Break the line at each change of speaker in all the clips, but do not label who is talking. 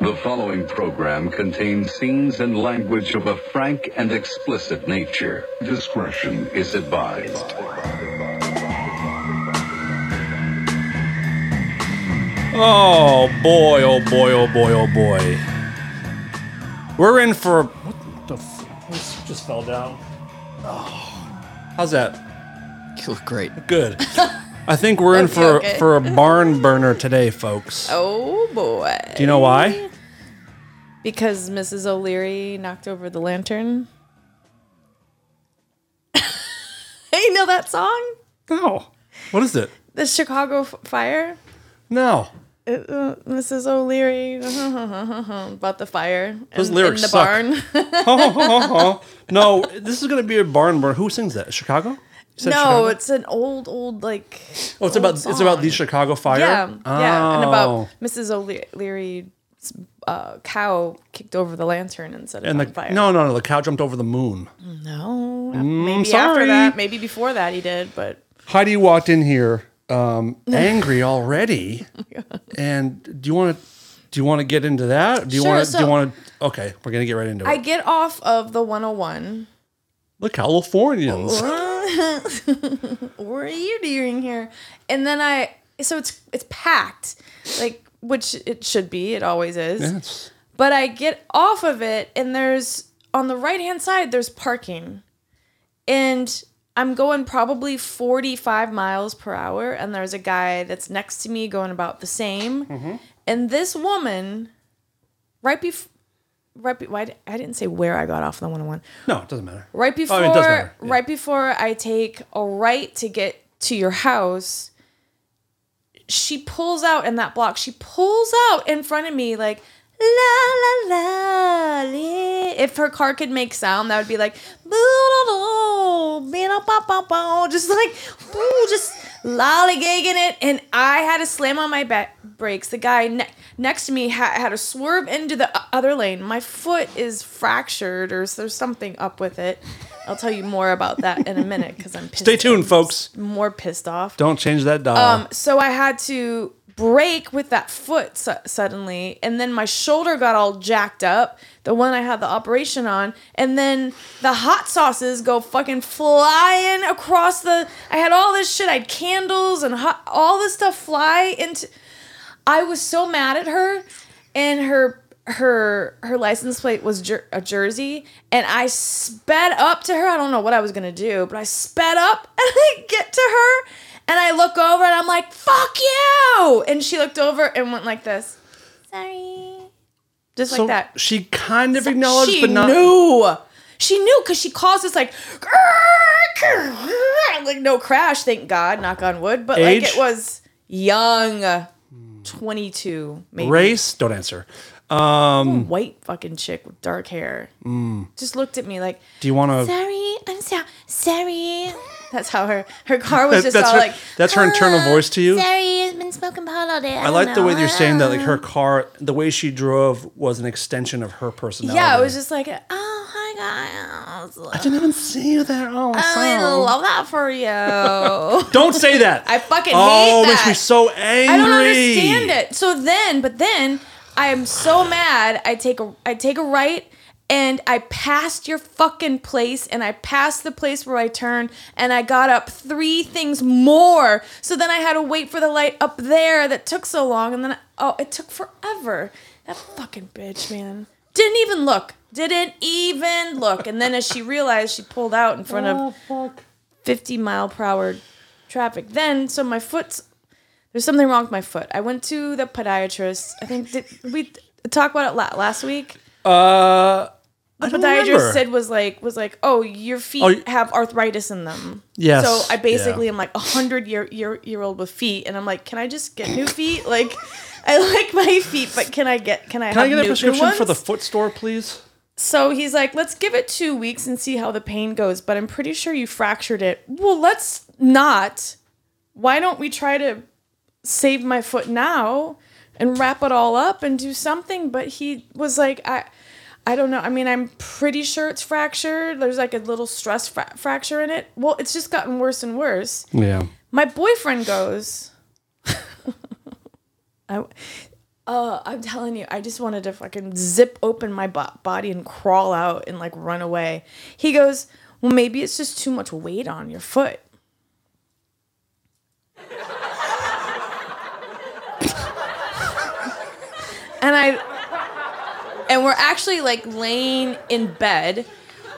The following program contains scenes and language of a frank and explicit nature. Discretion is advised.
Oh boy, oh boy, oh boy, oh boy. We're in for. What the f-
This just fell down.
Oh, How's that?
You look great.
Good. I think we're in
Okay,
for,
okay.
for a barn burner today, folks.
Oh boy.
Do you know why?
Because Mrs. O'Leary knocked over the lantern. hey, you know that song?
No. What is it?
The Chicago F- Fire?
No.
Uh, uh, Mrs. O'Leary about the fire
Those
in,
lyrics
in the
suck.
barn.
No, this is going to be a barn burner. Who sings that? Chicago? You said
no,
Chicago?
it's an old, old like.
Oh, it's about it's about the Chicago fire.
Yeah,
oh.
yeah, and about Mrs. O'Leary's uh, cow kicked over the lantern and set it
and
on
the
fire.
no no no the cow jumped over the moon.
No, maybe
sorry.
after that, maybe before that he did, but
Heidi walked in here um, angry already. and do you want to do you want to get into that? Do you
Sure,
want to do
so-
you want to Okay, we're going to get right into it.
I get off of the 101.
the Californians.
What are you doing here? And then I, so it's it's packed, like which it should be. It always is.
Yes.
But I get off of it, and there's on the right hand side there's parking, and I'm going probably 45 miles per hour, and there's a guy that's next to me going about the same, and this woman, right before. Right, be- why di- I didn't say where I got off the 101
No, it doesn't matter.
right
Oh,
before
it does matter, yeah.
right before I take a right to get to your house she pulls out in that block she pulls out in front of me like la la la li. if her car could make sound that would be like "Boo-doo-doo, be-da-ba-ba-bo," just like ooh, just lollygagging it and i had to slam on my back brakes the guy ne- next to me ha- had to swerve into the o- other lane my foot is fractured or s- there's something up with it i'll tell you more about that in a minute because i'm pissed
Stay tuned, folks.
more pissed off
Don't change that dial.
um, so I had to break with that foot su- suddenly, and then my shoulder got all jacked up, the one I had the operation on, and then the hot sauces go fucking flying across the. I had all this shit. I had candles and hot, all this stuff fly into. I was so mad at her, and her her her license plate was jer- a jersey, and I sped up to her. I don't know what I was gonna do, but I sped up and I get to her, and I look over and I'm like, "Fuck you!" And she looked over and went like this, "Sorry," just
so
like that.
she kind of acknowledged
she
but not
knew. She knew because she calls this like, like no crash, thank God, knock on wood. But
Age?
like it was young, twenty two, maybe
race. Don't answer. Um,
white fucking chick with dark hair.
Mm.
Just looked at me like,
Do you want to
sorry, I'm so sorry. That's how her her car was just
That's
all
her-
like.
that's her internal voice to you?
Sorry, I've been smoking pot all day.
I like the way that you're saying that like her car the way she drove was an extension of her personality.
Yeah, it was just like, oh hi guys,
I didn't even see you there. Oh,
I
so-
love that for you.
Don't say that.
I fucking
oh,
hate
makes
that.
me so angry.
I don't understand it. So then, but then I am so mad. I take a I take a right and I passed your fucking place and I passed the place where I turned and I got up three things more. So then I had to wait for the light up there that took so long and then I, oh, it took forever. That fucking bitch, man. Didn't even look. Didn't even look. And then as she realized she pulled out in front of 50 mile per hour traffic. Then, so my foot's there's something wrong with my foot. I went to the podiatrist. I think did we talk about it la- last week?
Uh,
The
don't
podiatrist
remember.
said was like was like, "Oh, your feet
Oh, y-
have arthritis in them."
Yes.
So I basically
Yeah.
am like a hundred year, year year old with feet, and I'm like, "Can I just get new feet? Like, I like my feet, but can I get can I
can
have
I get
new,
a
new
prescription for
ones?"
the foot store, please?
So he's like, let's give it two weeks and see how the pain goes, but I'm pretty sure you fractured it. Well, let's not. Why don't we try to save my foot now and wrap it all up and do something? But he was like, I. I don't know. I mean, I'm pretty sure it's fractured. There's like a little stress fra- fracture in it. Well, it's just gotten worse and worse
Yeah.
my boyfriend goes I, Uh, I'm telling you, I just wanted to fucking zip open my bo- body and crawl out and like run away. He goes, Well, maybe it's just too much weight on your foot. and I, and we're actually like laying in bed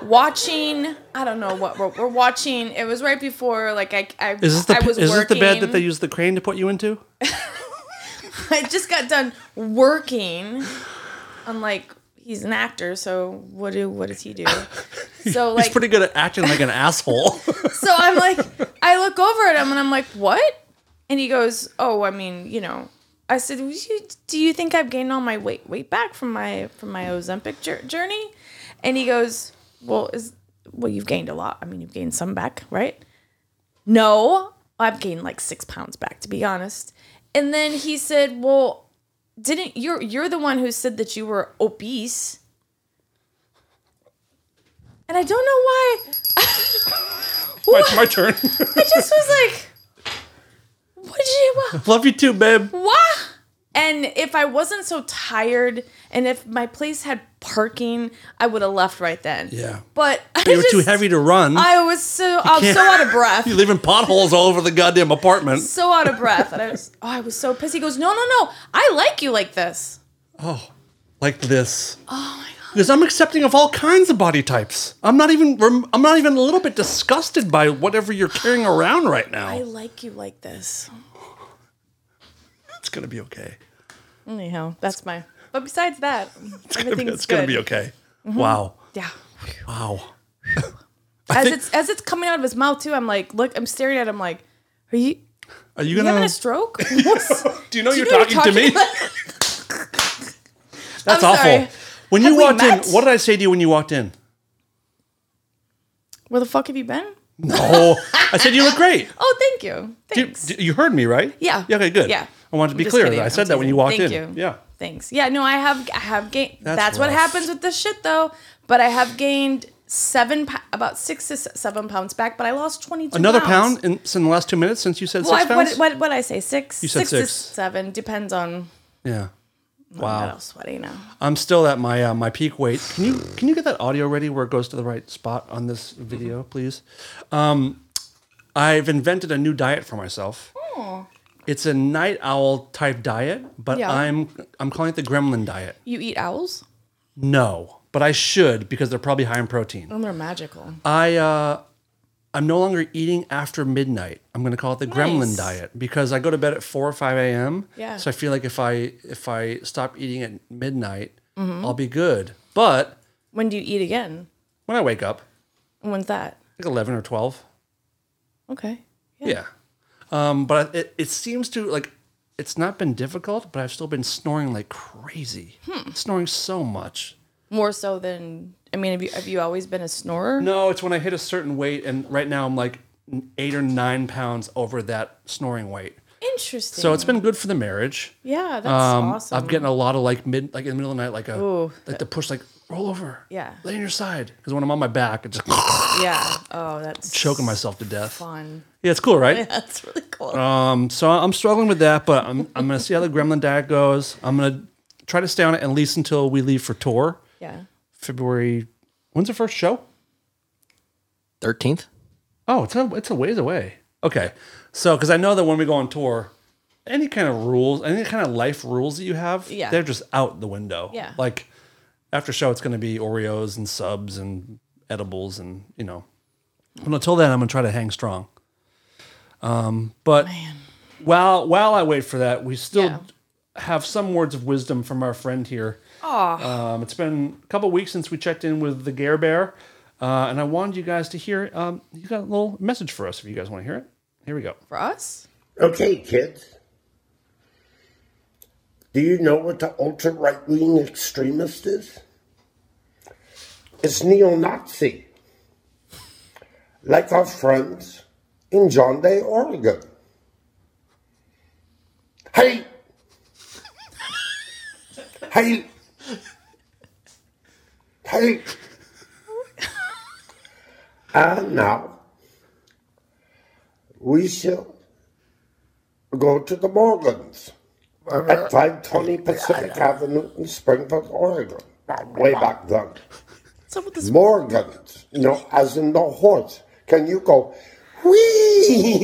watching, I don't know what we're, we're watching. It was right before like I, I,
Is this the
I was
is this
working.
the bed that they use the crane to put you into?
I just got done working. I'm like, he's an actor, so what do what does he do? So like,
He's pretty good at acting like an asshole.
so I'm like, I look over at him and I'm like, what? And he goes, oh, I mean, you know. I said, "Would you- do you think I've gained all my weight weight back from my from my Ozempic jour- journey? And he goes, well, is well, you've gained a lot. I mean, you've gained some back, right? No, I've gained like six pounds back, to be honest. And then he said, well, didn't you're you're the one who said that you were obese? And I don't know why.
it's my turn.
I just was like, what did you what?
Love you too, babe.
what? And if I wasn't so tired, and if my place had parking, I would have left right then.
Yeah.
But I
You were too
just-
heavy to run.
I was so I was
can't-
so out of breath.
You're leaving potholes all over the goddamn apartment.
so out of breath, and I was oh, I was so pissed. He goes, no, no, no, I like you like this.
like this. Oh my god. Because I'm accepting of all kinds of body types. I'm not even rem- I'm not even a little bit disgusted by whatever you're carrying around right
I
now.
like you like this.
It's gonna be okay.
Anyhow, that's my. But besides that, everything's
It's gonna
good. Mm-hmm.
be okay. Wow.
Yeah.
Wow.
As
think-
it's as it's coming out of his mouth too, I'm like, look, I'm staring at him like, are you,
Are you
you
gonna
having a stroke? What's-
Do you know
Do
you're
know
talking, to me?
about-
That's
I'm
awful.
sorry.
When
Have
you
we
walked
met?
in, what did I say to you when you walked in?
Where the fuck have you been?
No. I said you look great.
Oh, thank you.
You,
Thanks.
you heard me, right?
yeah.
Yeah, okay, good.
Yeah.
I wanted to
I'm
be
just
clear.
kidding.
I
I'm
said that when you
teasing.
walked
Thank
in.
You.
Yeah.
Thanks. Yeah. No, I have. I have gained.
That's
That's, what
rough.
happens with this shit, though. But I have gained seven, pa- about six to s- seven pounds back. But I lost twenty two.
Another
pounds.
pound in, in the last two minutes since you said
Well,
six
I,
pounds?
what, what what I say six.
You said
to
six.
seven depends on.
yeah.
Wow.
Wow.
I'm sweaty now.
I'm still at my uh, my peak weight. Can you can you get that audio ready where it goes to the right spot on this video,
Mm-hmm.
please? Um, I've invented a new diet for myself. It's a night owl type diet, but
Oh. Yeah.
I'm I'm calling it the gremlin diet.
You eat owls?
No, but I should because they're probably high in protein.
And they're magical.
I uh, I'm no longer eating after midnight. I'm gonna call it the Gremlin
Nice.
diet because I go to bed at four or five a.m.
Yeah.
So I feel like if I if I stop eating at midnight,
Mm-hmm.
I'll be good. But
When do you eat again?
when I wake up,
When's that?
like eleven or twelve,
Okay.
yeah. Um, but it it seems to like it's not been difficult, but I've still been snoring like crazy,
Hmm.
snoring so much.
More so than I mean, have you have you always been a snorer?
No, it's when I hit a certain weight, and right now I'm like eight or nine pounds over that snoring weight.
Interesting.
So it's been good for the marriage.
yeah, that's
Um,
awesome.
I'm getting a lot of like mid, like in the middle of the night, like a
Ooh.
like the push, like roll over,
Yeah.
lay on your side. Because when I'm on my back, it's just
yeah. Oh, that's
choking myself to death.
fun.
Yeah, it's cool, right?
That's really cool.
Um, so I'm struggling with that, but I'm I'm gonna see how the Gremlin diet goes. I'm gonna try to stay on it at least until we leave for tour,
yeah.
February. When's the first show?
Thirteenth.
Oh, it's a it's a ways away. Okay, so because I know that when we go on tour, any kind of rules, any kind of life rules that you have,
Yeah.
they're just out the window.
Yeah.
like after show, it's going to be Oreos and subs and edibles and you know. But until then, I'm going to try to hang strong. Um, but while while I wait for that, we still
Yeah.
have some words of wisdom from our friend here. Um, it's been a couple weeks since we checked in with the Gare Bear, uh, and I wanted you guys to hear. Um, you got a little message for us if you guys want to hear it. Here we go.
For us?
Okay, kids. Do you know what the ultra right wing extremist is? It's neo Nazi. Like our friends in John Day, Oregon. Hey! Hey! Hey! And now, we shall go to the Morgans. at 520 Pacific Avenue in Springfield, Oregon. Way back then.
What's up with this?
Morgans, you know, as in the horse. Can you go, whee?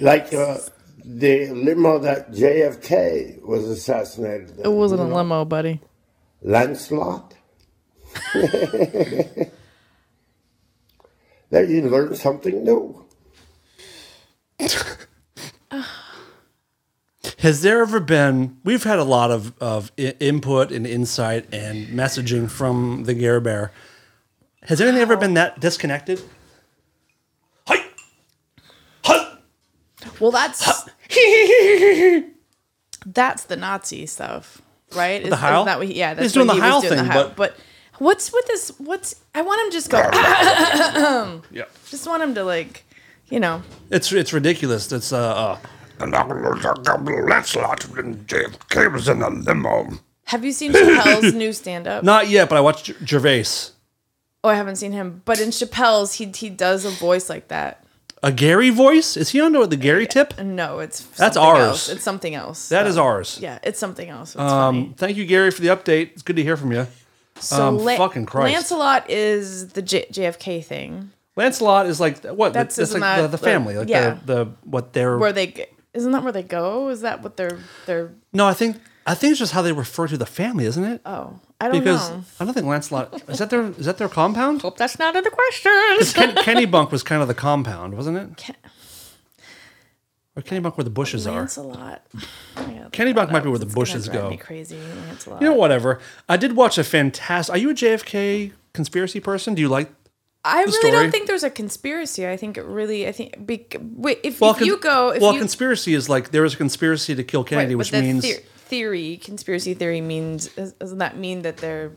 like uh, the limo that JFK was assassinated
It
in.
wasn't a limo, buddy.
Lancelot. there you learn something new.
Has there ever been? We've had a lot of of I- input and insight and messaging from the Gear Bear. Has anything ever been that disconnected? Hi, hi.
Well, that's that's the Nazi stuff, right? Is,
the howl?
Isn't that what he, yeah, that's
He's doing
what
the
he was
howl
doing the
thing,
howl.
but-
but what's with this? What's I want him to just go.
Yeah,
just want him to like, you know,
it's it's ridiculous. It's uh, uh
Lancelot and JFK was in a limo.
Have you seen Chappelle's new stand up?
not yet, but I watched Ger- Gervais.
Oh, I haven't seen him. But in Chappelle's, he he does a voice like that.
A Gary voice? Is he under the Gary tip?
No, it's
That's
something
ours.
Else. It's something else.
That is ours.
Yeah, it's something else. It's
Um,
funny.
thank you, Gary, for the update. It's good to hear from you.
So
um, fucking Christ.
Lancelot is the J- JFK thing
Lancelot is like what?
That's-
That's,
isn't
like the,
that,
the
like,
family, like
yeah.
the, the what they're.
where they g- isn't that where they go? Is that what they're they're?
no, I think I think it's just how they refer to the family, isn't it?
Oh, I don't
because
know.
I don't think Lancelot is that their is that their compound?
Hope that's not in the questions.
Ken, Kenny Bunk was kind of the compound, wasn't it? or Kenny Bunk where the bushes are.
Lancelot. Oh Yeah,
Kenny Bunk might be where the
it's gonna
bushes
drive
go.
Me crazy, Lancelot.
You know, whatever. I did watch a fantastic. Are you a JFK conspiracy person? Do you like?
I really
story?
don't think there's a conspiracy. I think it really. I think be, wait, if, if
con-
you go, if
well,
you,
conspiracy is like there was a conspiracy to kill
right,
Kennedy,
but
which
that
means
theor- theory, conspiracy theory means does- doesn't that mean that they're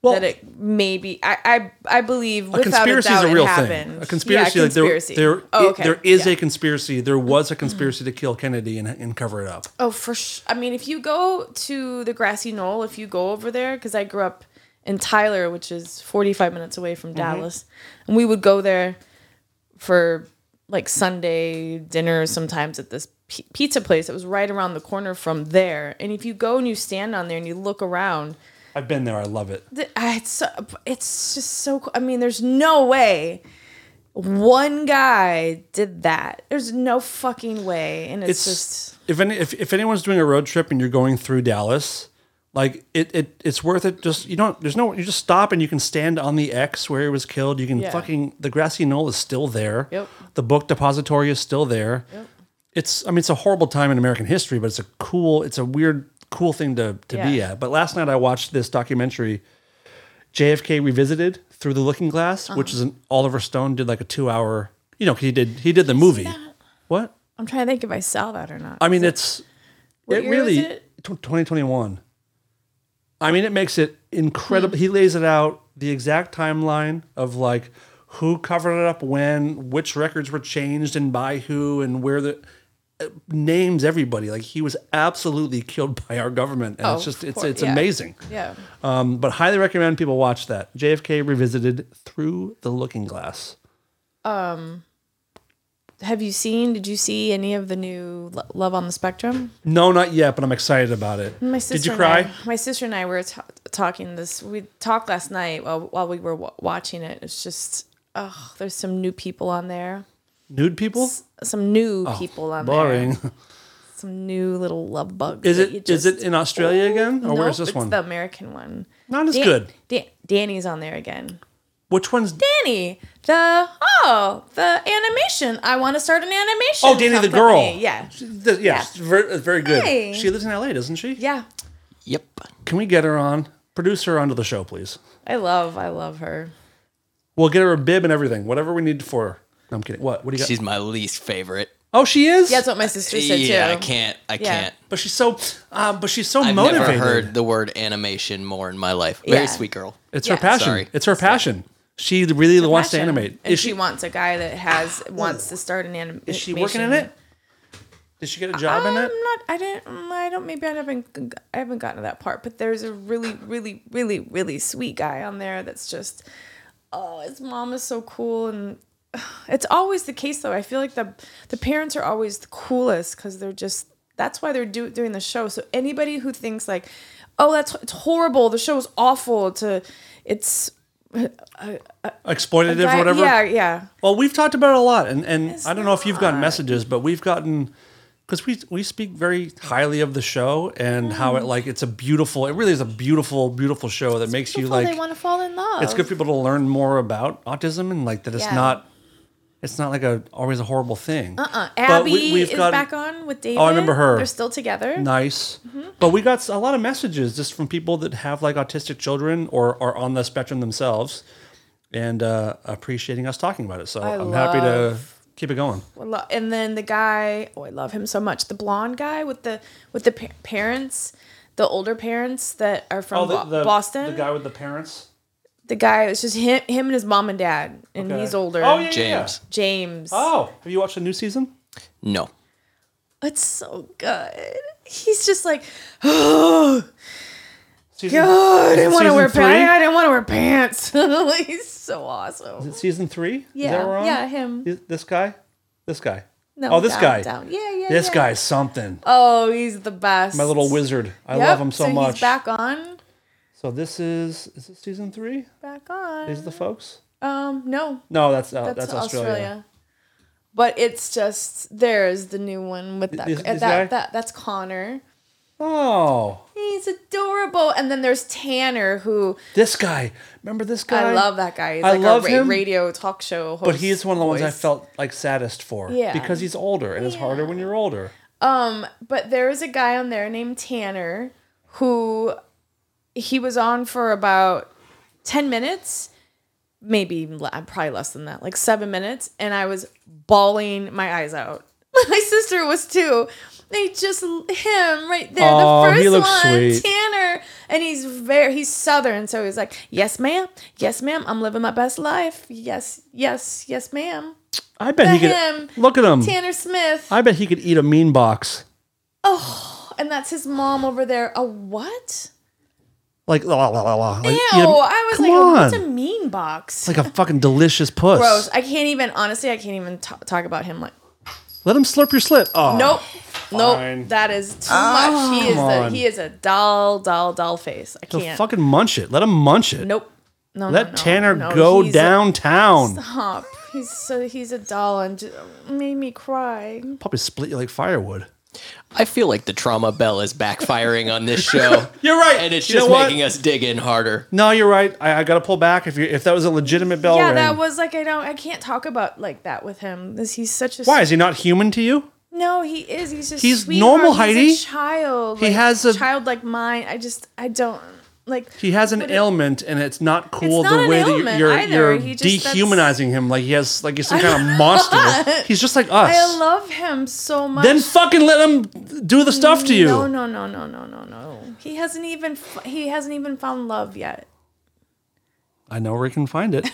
well,
that it maybe I I, I believe
a
without
conspiracy
a doubt
is a real
it happened.
thing. A conspiracy,
yeah,
like there,
conspiracy.
there,
oh,
it-
okay.
there is
yeah. Mm-hmm.
a conspiracy. There was a conspiracy to kill Kennedy and, and cover it up.
Oh, for sh- I mean, if you go to the grassy knoll, if you go over there, because I grew up in Tyler, which is 45 minutes away
Mm-hmm.
from Dallas, and we would go there for like Sunday dinner sometimes at this p- pizza place that was right around the corner from there. And if you go and you stand on there and you look around,
I've been there. I love it.
th- I- it's so, it's just so. co- I mean, there's no way one guy did that. There's no fucking way, and it's,
it's
just.
if any if, if anyone's doing a road trip and you're going through Dallas, like it, it it's worth it. Just you don't there's no you just stop and you can stand on the X where he was killed. You can
Yeah.
fucking the grassy knoll is still there.
Yep.
The book depository is still there. Yep. It's I mean it's a horrible time in American history, but it's a cool it's a weird cool thing to to be
Yeah.
at. But last night I watched this documentary. JFK Revisited through the Looking Glass,
Uh-huh.
which is an Oliver Stone did like a two hour, you know, he did he did the movie. What?
I'm trying to think if I saw that or not.
I mean, it's
What
it
year was
really
it?
tw 2021. I mean, it makes it incredible.
Hmm.
He lays it out the exact timeline of like who covered it up when, which records were changed and by who, and where the uh, names everybody. Like he was absolutely killed by our government, and
Oh,
it's just
of
it's
course,
it's
yeah.
amazing.
Yeah.
Um, but highly recommend people watch that JFK revisited through the Looking Glass.
Have you seen? Did you see any of the new Lo- Love on the Spectrum?
No, not yet, but I'm excited about it.
My sister
Did you
and
cry?
I- my sister and I were ta talking this. We talked last night while while we were w- watching it. It's just, oh, there's some new people on there.
Nude people?
Some new people on
Oh, Boring.
there. Some new little love bugs.
Is
that
it
you
is
just- Oh,
it in Australia again, or
Nope,
where's this
it's
one?
The American one.
Not as
Dan-
good.
Dan- Danny's on there again.
Which one's
Danny, the oh, the animation. I want to start an animation.
Oh, Danny the
company.
girl.
Yeah,
The- yes, Very, very good.
Hey.
She lives in LA, doesn't she?
yeah.
Yep.
Can we get her on? Produce her onto the show, please.
I love, I love her.
We'll get her a bib and everything, whatever we need for her. No, I'm kidding. What? What do you got?
She's my least favorite.
oh, she is.
Yeah, that's what my sister said too.
yeah, I can't. I can't.
but she's so. Uh, but she's so
I've
motivated.
never heard the word animation more in my life. Very
Yeah.
sweet girl.
It's
Yeah.
her passion.
Sorry.
It's her passion. She really wants to
Passion.
animate.
and
Is
she,
she? Oh.
wants a guy that has wants to start an anim- animation.
Is she working in it? Did she get a job
I'm
in it?
not. I didn't. mm, I don't. Maybe I haven't. g- I haven't gotten to that part. But there's a really, really, really, really sweet guy on there that's just. Oh, his mom is so cool, and it's always the case though. I feel like the the parents are always the coolest because they're just that's why they're do, doing the show. So anybody who thinks like, oh, that's it's horrible. The show's awful. To it's
Exploitative or whatever.
Um, Yeah, yeah.
Well, we've talked about it a lot, and, and I don't know if you've gotten messages, but we've gotten because we we speak very highly of the show and how
Mm.
it like it's a beautiful. It really is a beautiful, beautiful show that makes you
Before
like.
they want to fall in love.
it's good for people to learn more about autism and like that it's
Yeah.
not. It's not like a always a horrible thing. Uh
Uh, Abby is back on with David.
Oh, remember her.
They're still together.
nice.
Mm-hmm.
But we got s- a lot of messages just from people that have like autistic children or are on the spectrum themselves and uh, appreciating us talking about it. So I am happy to keep it going.
I lo- and then the guy oh i love him so much the blonde guy with the with the pa- parents the older parents that are from Bo- boston
Oh, The guy with the parents.
the guy it's just him him and his mom and dad and he's older
Oh, yeah, yeah, yeah.
James.
james
Oh, have you watched the new season?
No.
it's so good he's just like oh
Season,
god i didn't want to
season
wear
three?
pants i didn't want to wear pants Like, he's so awesome
Season three? Is that
Yeah,
where we're on?
yeah, him.
Th- This guy? This guy.
no
oh, this
down,
guy.
down. yeah yeah
This
yeah.
guy's something.
oh he's the best
My little wizard. I
Yep,
love him so, much.
he's back on
So this is is this season three?
back on
Is the folks?
um no
No, that's uh,
Uh, That's,
that's, Australia.
Australia. But it's just there's the new one with that
This-
uh,
this guy?
that, that that's Connor.
Oh,
He's adorable. And then there's Tanner who
this guy. Remember this guy?
I love that guy. He's
I
like
love
a ra-
him,
radio talk show host.
But he's one of the ones I
voice.
felt like saddest for.
Yeah.
Because he's older, and it's harder when you're older.
Um, but there is a guy on there named Tanner who he was on for about 10 minutes, maybe le- probably less than that, like seven minutes. And I was bawling my eyes out. my sister was too. They just, him right there,
Aw,
the
he
first
looks
one,
sweet.
Tanner. And he's very, he's Southern. So he's like, yes, ma'am. Yes, ma'am. I'm living my best life. Yes, yes, yes, ma'am.
I bet he could.
him,
Look at him.
Tanner Smith.
Hmm. I bet he could eat a mean box.
And that's his mom over there. A what?
Like, la, la, la, la, la. Like,
Ew,
eat a-
I was
come
like,
on.
what's a mean box?
like a fucking delicious puss.
Gross. I can't even, honestly, I can't even t- talk about him like,
Let him slurp your slit. Oh,
nope.
Fine.
Nope, that is too much. He is
come
a,
on.
he is a dull, dull, dull face. I
So
can't.
fucking munch it. Let him munch it.
nope. No. no,
Let
no,
Tanner
no,
go
he's a-
downtown.
Stop. He's so he's a doll and just made me cry.
Probably split you like firewood.
I feel like the trauma bell is backfiring on this show.
You're right.
And it's
You know
just
what?
making us dig in harder.
No, you're right. I, I got to pull back. If you if that was a legitimate bell
yeah,
ring,
that was like I don't I can't talk about like that with him. This he's such a
why is he not human to you?
No, he is. He's just
He's
sweetheart.
normal,
He's
Heidi.
A child.
He
like,
has a-
childlike mind. I just I don't like.
He has an
But it-
ailment, and it's not cool
It's
the
not an
way that
ailment
you're
either.
you're
He just- that's-
dehumanizing him. Like he has like he's some kind of monster. He's just like us.
I love him so much.
then fucking let him do the stuff to you.
No, no, no, no, no, no, no. He hasn't even f- he hasn't even found love yet.
I know where he can find it.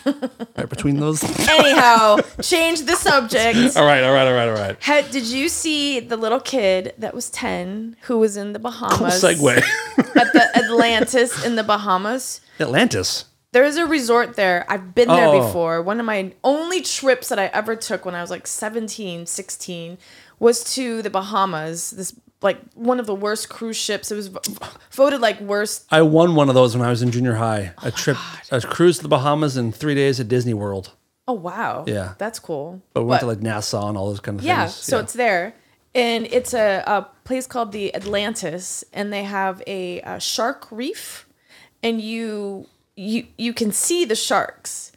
right between those.
Anyhow, change the subject.
all right, all right, all right, all right.
Had, did you see the little kid that was ten who was in the
Cool
Bahamas?
segue.
at the Atlantis in the Bahamas.
Atlantis.
There is a resort there. I've been
Oh.
there before. One of my only trips that I ever took when I was like 17, 16 was to the Bahamas. This like one of the worst cruise ships. It was v- voted like worst.
I won one of those when I was in junior high.
Oh,
a trip, a cruise to the Bahamas and three days at Disney World.
Oh wow.
Yeah.
That's cool.
But we went to
But-
like Nassau and all those kind of
Yeah,
things.
so it's there. And it's a, a place called the Atlantis, and they have a, uh shark reef, and you you you can see the sharks.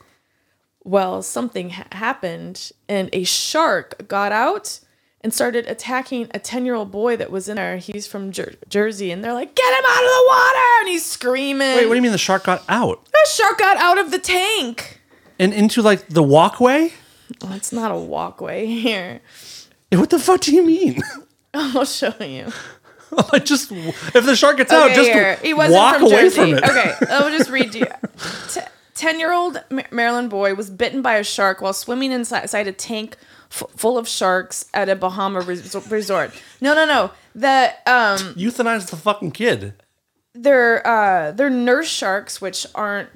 Well, something ha- happened, and a shark got out and started attacking a ten-year-old boy that was in there. He's from Jer- Jersey, and they're like, "Get him out of the water!" And he's screaming.
Wait, what do you mean the shark got out
The shark got out of the tank.
and into like the walkway?
Well, it's not a walkway here.
Yeah, Eh, What the fuck do you mean?
I'll show you.
like just if the shark gets out,
Okay,
just
here. He wasn't
walk
from
away
Jersey.
from it.
Okay, I'll just read you. Ten-year-old Ma- Maryland boy was bitten by a shark while swimming inside inside a tank f- full of sharks at a Bahama res- resort. No, no, no. The um,
Euthanize the fucking kid.
they're uh, they're nurse sharks, which aren't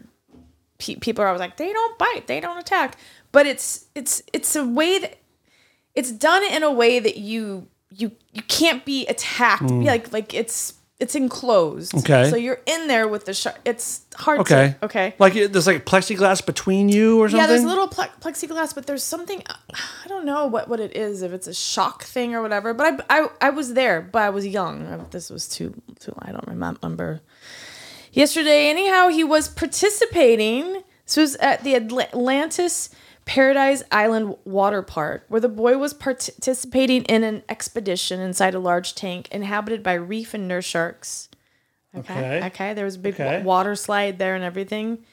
pe- people are always like they don't bite, they don't attack, but it's it's it's a way that it's done in a way that you you you can't be attacked. Yeah, Like like it's it's enclosed.
Mm. Okay.
So you're in there with the shark. It's hard.
Okay.
To, okay.
Like it- there's like plexiglass between you or something.
Yeah, there's a little plex- plexiglass, but there's something I don't know what, what it is if it's a shock thing or whatever. But I, I I was there, but I was young. Uh, This was too too. I don't remember. Yesterday, anyhow, he was participating. This was at the Atl- Atlantis Paradise Island Water Park, where the boy was participating in an expedition inside a large tank inhabited by reef and nurse sharks. Okay.
Okay.
Okay. There was a big wa-
Okay.
water slide there and everything.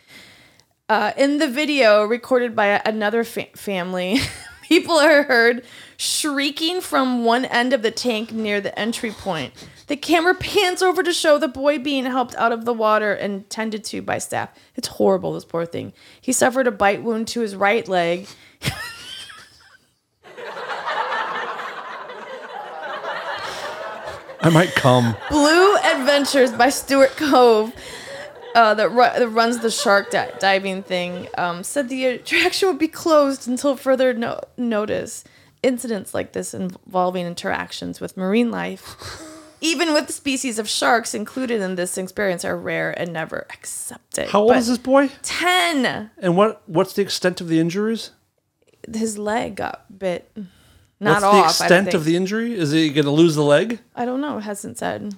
Uh, in the video recorded by another fa- family, people are heard shrieking from one end of the tank near the entry point. The camera pans over to show the boy being helped out of the water and tended to by staff. It's horrible, this poor thing. He suffered a bite wound to his right leg.
I might come.
Blue Adventures by Stuart Cove, uh, that, ru- that runs the shark di- diving thing, um, said the attraction would be closed until further no- notice. Incidents like this involving interactions with marine life, even with species of sharks included in this experience, are rare and never accepted.
How old
But
is this boy?
10.
And what what's the extent of the injuries?
His leg got bit. Not
what's
off.
the
I, don't
extent
think.
of the injury? Is he going to lose the leg?
I don't know. It hasn't said.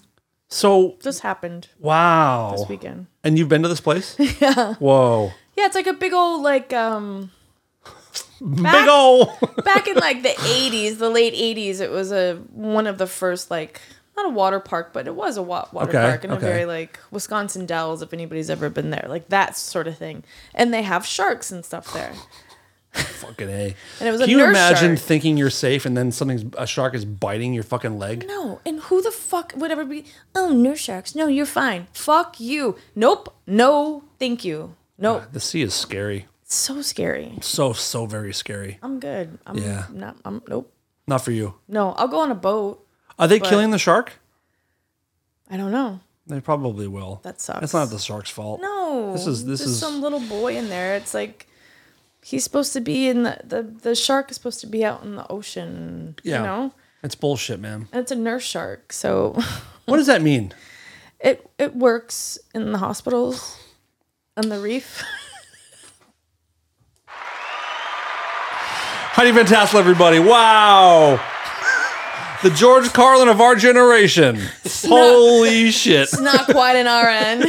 So
Just happened
wow.
this weekend.
And you've been to this place? yeah. Whoa.
Yeah, it's like a big old, like, um.
Big ol'.
back in like the 80s the late 80s it was a one of the first like not a water park but it was a wa- water
Okay,
park in
okay.
a very like wisconsin dells if anybody's ever been there like that sort of thing and they have sharks and stuff there
fucking a.
And it was
Can
a
you
nurse
imagine
shark.
thinking you're safe and then something's a shark is biting your fucking leg?
no and who the fuck would ever be oh no sharks no you're fine fuck you nope no thank you nope
The sea is scary.
it's so scary
So so very scary.
i'm good i'm
Yeah.
not i'm nope
Not for you.
no i'll go on a boat
Are they killing the shark?
i don't know
They probably will.
That sucks.
That's not the shark's fault.
No.
This is- this
there's
is-
some little boy in there. It's like he's supposed to be in the the, the shark is supposed to be out in the ocean.
Yeah.
You know?
It's bullshit, man.
And it's a nurse shark, so
What does that mean?
it it works in the hospitals on the reef.
Heidi Van Tassel, everybody. Wow. The George Carlin of our generation. Holy shit.
It's not quite an RN.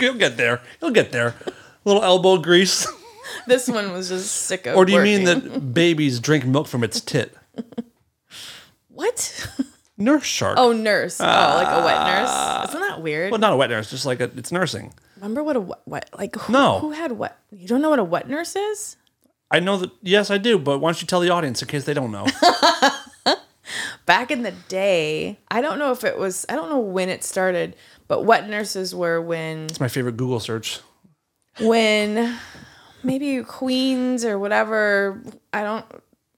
He'll get there. He'll get there. little elbow grease.
this one was just sick of
Or do you mean
working.
that babies drink milk from its tit?
what?
Nurse shark.
Oh, nurse. oh, like a wet nurse. Isn't that weird?
Ah. Well, not a wet nurse, just like a, it's nursing.
Remember what a wet, wet like who,
No.
who had what? You don't know what a wet nurse is?
I know that, yes, I do, but why don't you tell the audience in case they don't know?
back in the day, I don't know if it was, I don't know when it started, but wet nurses were when,
It's my favorite Google search.
when maybe queens or whatever, I don't,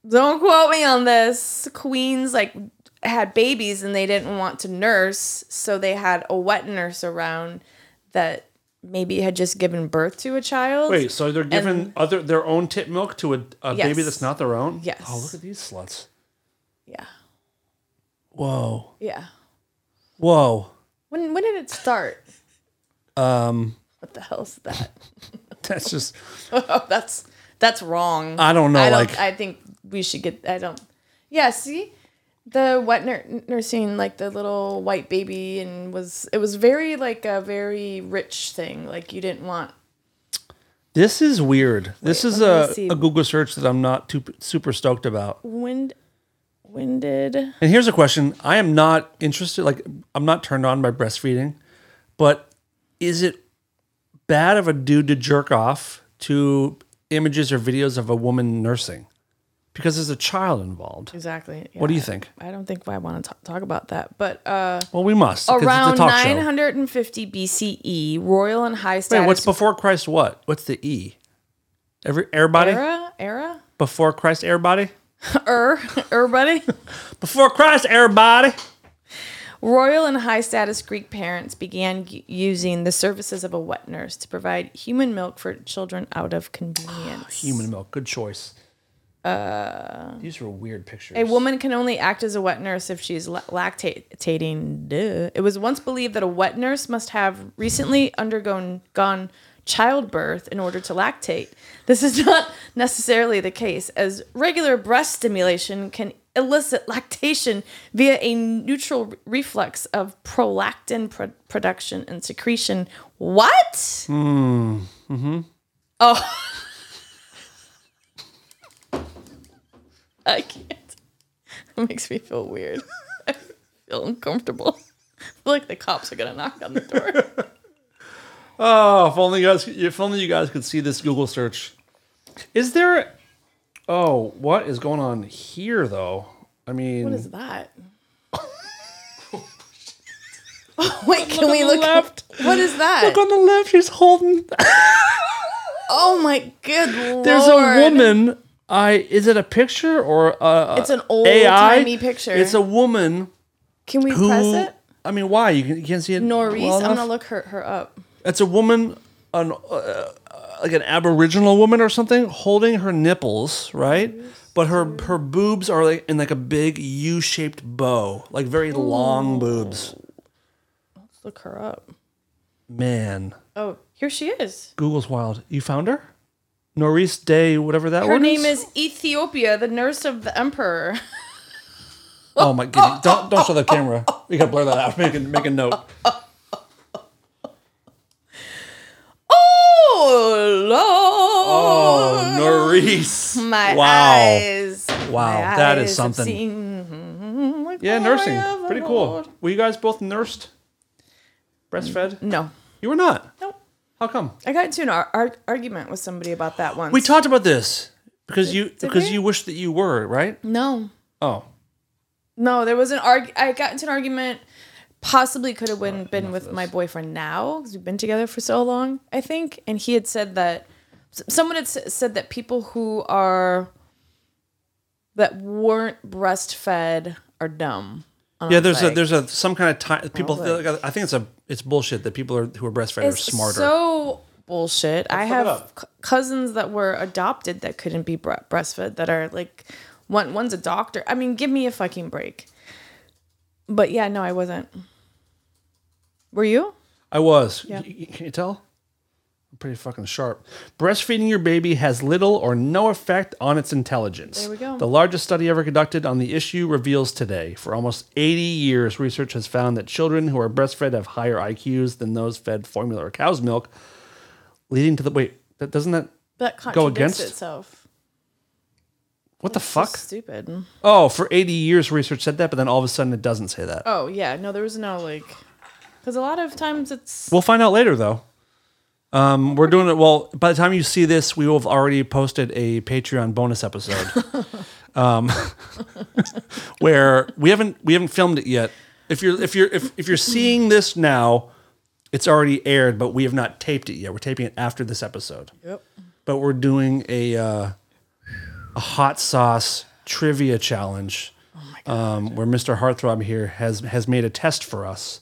don't quote me on this. Queens like had babies and they didn't want to nurse, so they had a wet nurse around that maybe had just given birth to a child.
Wait, so they're giving
And-
other their own tit milk to a, a
Yes.
baby that's not their own?
Yes.
Oh, look at these sluts.
Yeah.
Whoa.
Yeah.
Whoa.
When, when did it start? Um, what the hell's that?
That's just
Oh, that's that's wrong.
I don't know, like-
I think we should get. I don't. Yeah. See, the wet nur- nursing, like the little white baby, and was it was very like a very rich thing. Like you didn't want.
This is weird. this is
let me
a,
see.
a Google search that I'm not too super stoked about.
When, when did?
And here's a question: I am not interested. Like, I'm not turned on by breastfeeding, but is it bad of a dude to jerk off to images or videos of a woman nursing because there's a child involved?
Exactly.
What do you
yeah.
think?
I don't think I want to talk about that, but uh,
Well, we must 'cause
around
it's a talk show.
950 BCE, E, royal and high
Wait,
status
what's before Christ? What? What's the E? Every everybody
era era
before Christ, everybody
er everybody.
before Christ, everybody.
Royal and high status Greek parents began g- using the services of a wet nurse to provide human milk for children out of convenience.
Human milk. Good choice. Uh, These were weird pictures.
A woman can only act as a wet nurse if she's la- lactating. Duh. It was once believed that a wet nurse must have recently undergone gone childbirth in order to lactate. This is not necessarily the case, as regular breast stimulation can elicit lactation via a neutral re- reflex of prolactin pro- production and secretion. What? Mm. Mm-hmm. Oh. I can't. It makes me feel weird. I feel uncomfortable. I feel like the cops are gonna knock on the door.
Oh, if only you guys, if only you guys could see this Google search. Is there? Oh, what is going on here though? I mean,
What is that? Wait, can we look
left.
up- What is that?
look on the left. She's holding.
oh my good lord!
There's a woman. I is it a picture or a, a
It's an old
AI?
timey picture.
It's a woman
Can we
who.
press it?
I mean, why you, can, you can't see it?
Norris,
well
I'm
enough?
gonna look her, her up.
It's a woman, an uh, like an Aboriginal woman or something, holding her nipples, right? But her her boobs are like in like a big U-shaped bow, like very long boobs.
Let's look her up.
Man,
Oh, here she is.
Google's wild. You found her, Norris Day, whatever that
Her
one
name is Ethiopia, the nurse of the emperor.
Oh my goodness! Don't don't show the camera. We gotta blur that out. Make a, make a note.
Oh lord!
Oh, Norris!
my
wow.
eyes.
Wow,
My
that is
eyes have
something.
seen the
Yeah, nursing.
glory of
Pretty
Oh, the
cool.
Lord.
Were you guys both nursed? Breastfed?
No,
You were not.
no.
How come?
I got into an ar- ar- argument with somebody about that once.
We talked about this because you because
we? Mm.
you wish that you were right.
No,
Oh,
no. There was an arg. I got into an argument. Possibly could have been, been with my boyfriend now because we've been together for so long. I think, and he had said that s- someone had s- said that people who are that weren't breastfed are dumb. And I
yeah.
was
There's a
like-
there's a some kind of time people.
I was
I think it's a it's bullshit that people are who are breastfed are
It's
smarter.
So bullshit.
look
I
it
have
up.
c- cousins that were adopted that couldn't be bre- breastfed that are like one one's a doctor. I mean, give me a fucking break. But yeah, no, I wasn't. Were you?
I was.
Yeah.
Y- y- Can you tell? I'm pretty fucking sharp. Breastfeeding your baby has little or no effect on its intelligence.
There we go.
The largest study ever conducted on the issue reveals today. For almost 80 years, research has found that children who are breastfed have higher IQs than those fed formula or cow's milk, leading to the wait. That doesn't that
That
Go
contradicts
against?
itself.
what the
So
fuck?
stupid.
Oh, for 80 years, research said that, but then all of a sudden it doesn't say that.
Oh yeah, no, there was no like, because a lot of times it's
We'll find out later, though. Um, we're doing it. Well, by the time you see this, we will have already posted a Patreon bonus episode, um, where we haven't we haven't filmed it yet. If you're if you're if, if you're seeing this now, it's already aired, but we have not taped it yet. We're taping it after this episode. Yep. But we're doing a uh, a hot sauce trivia challenge, um, where Mr. Heartthrob here has has made a test for us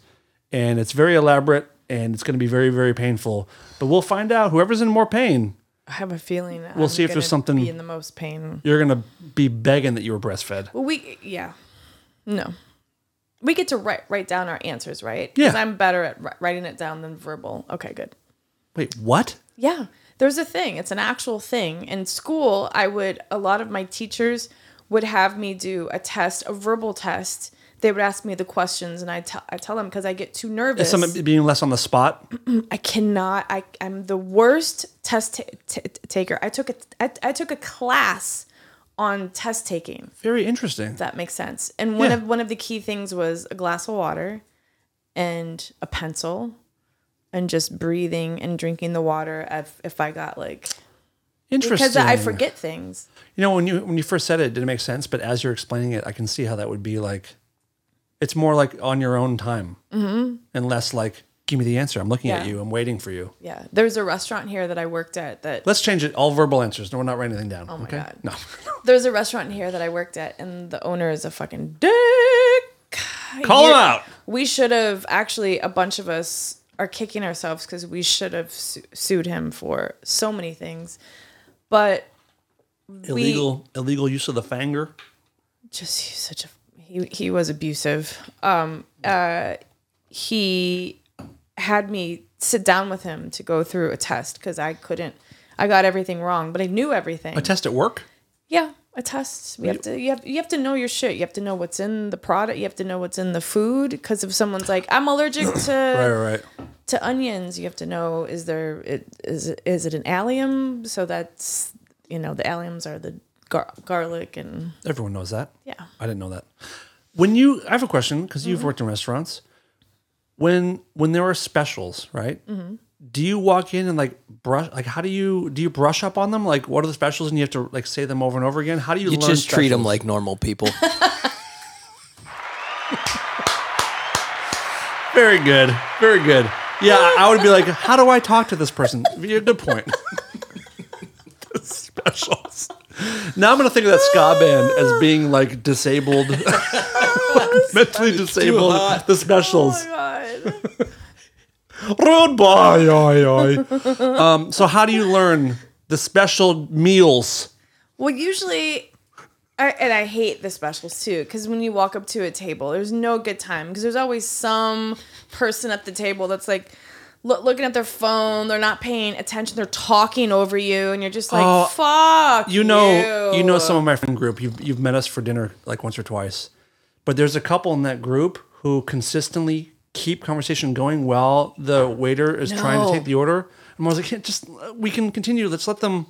and it's very elaborate and it's going to be very very painful but we'll find out whoever's in more pain
I have a feeling. We'll
see if there's something-
be in the most pain.
you're going to be begging that you were breastfed
Well, we yeah, no, we get to write write down our answers, right?
Yeah.
Because I'm better at wri- writing it down than verbal. Okay, good.
wait what
Yeah, there's a thing. It's an actual thing. In school, I would a lot of my teachers would have me do a test, a verbal test. They would ask me the questions, and I tell I tell them because I get too nervous.
is someone being less on the spot
I cannot. I I'm the worst test ta- ta- taker. I took a I, I took a class on test taking
very interesting
that makes sense. And one
Yeah.
of one of the key things was a glass of water and a pencil and just breathing and drinking the water if, if I got like
interesting
because I forget things.
you know when you when you first said it it didn't make sense but as you're explaining it i can see how that would be like it's more like on your own time mm-hmm. and less like give me the answer i'm looking at
Yeah.
you i'm waiting for you
Yeah. There's a restaurant here that I worked at that
let's change it all verbal answers no we're not writing anything down oh
my
okay
God.
no
there's a restaurant here that I worked at and the owner is a fucking dick.
call him
Year-
out
we should have actually a bunch of us are kicking ourselves because we should have su- sued him for so many things, but
Illegal illegal use of the fanger.
just he's such a he he was abusive. Um uh he had me sit down with him to go through a test cuz I couldn't I got everything wrong, but I knew everything.
A test at work.
yeah, a test. We have to you have you have to know your shit. You have to know what's in the product, you have to know what's in the food cuz if someone's like I'm allergic to
Right, right, right.
to onions, you have to know is there it is it- is it an allium? So that's you know, the alliums are the gar- garlic and
Everyone knows that.
Yeah.
I didn't know that. When you, I have a question because you've worked in restaurants. When when there are specials, right? Do you walk in and like brush? Like, how do you do you brush up on them? Like, what are the specials? And you have to like say them over and over again. How do you?
You
learn
just treat them
specials?
like normal people.
very good, very good. Yeah, I- I would be like, how do I talk to this person? Yeah, Good point. The specials. Now I'm gonna think of that ska band as being like disabled, mentally disabled. The specials.
Oh my god.
Rude boy, oi, oi. um, so how do you learn the special meals?
Well, usually, I, and I hate the specials too, because when you walk up to a table, there's no good time because there's always some person at the table that's like lo- looking at their phone, they're not paying attention, they're talking over you, and you're just like,
Oh,
"Fuck."
You know, you know some of my friend group. You've you've met us for dinner like once or twice, but there's a couple in that group who consistently keep conversation going while the waiter is trying to
No.
take the order. And I was like, "Yeah, just uh, we can continue. Let's let them.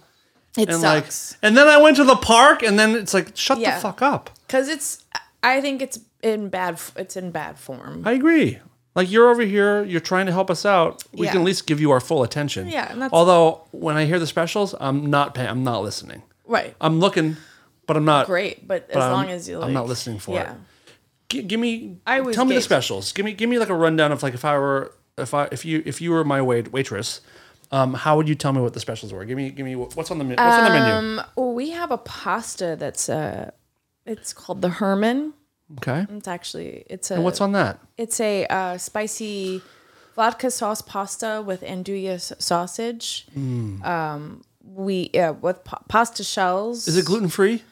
It
And
sucks
like, and then I went to the park, and then it's like, shut
Yeah.
the fuck up.
because it's. I think it's in bad. f- It's in bad form.
I agree. Like you're over here, you're trying to help us out. We
Yeah.
can at least give you our full attention.
Yeah, and that's-
Although when I hear the specials, I'm not paying. I'm not listening.
Right.
I'm looking, but I'm not.
Great, but, as
I'm-
long as you. Like,
I'm not listening for it. G- give me.
I always
tell me the
gave-
specials. Give me. Give me like a rundown of like if I were if I if you if you were my wait waitress, um, how would you tell me what the specials were? Give me. Give me what's on the menu. What's on the menu?
Well, we have a pasta that's uh, it's called the Herman.
Okay.
It's actually it's a.
And what's on that?
It's a uh, spicy vodka sauce pasta with andouille s- sausage. Um,
Mm.
we uh, with pa- pasta shells.
Is it gluten free?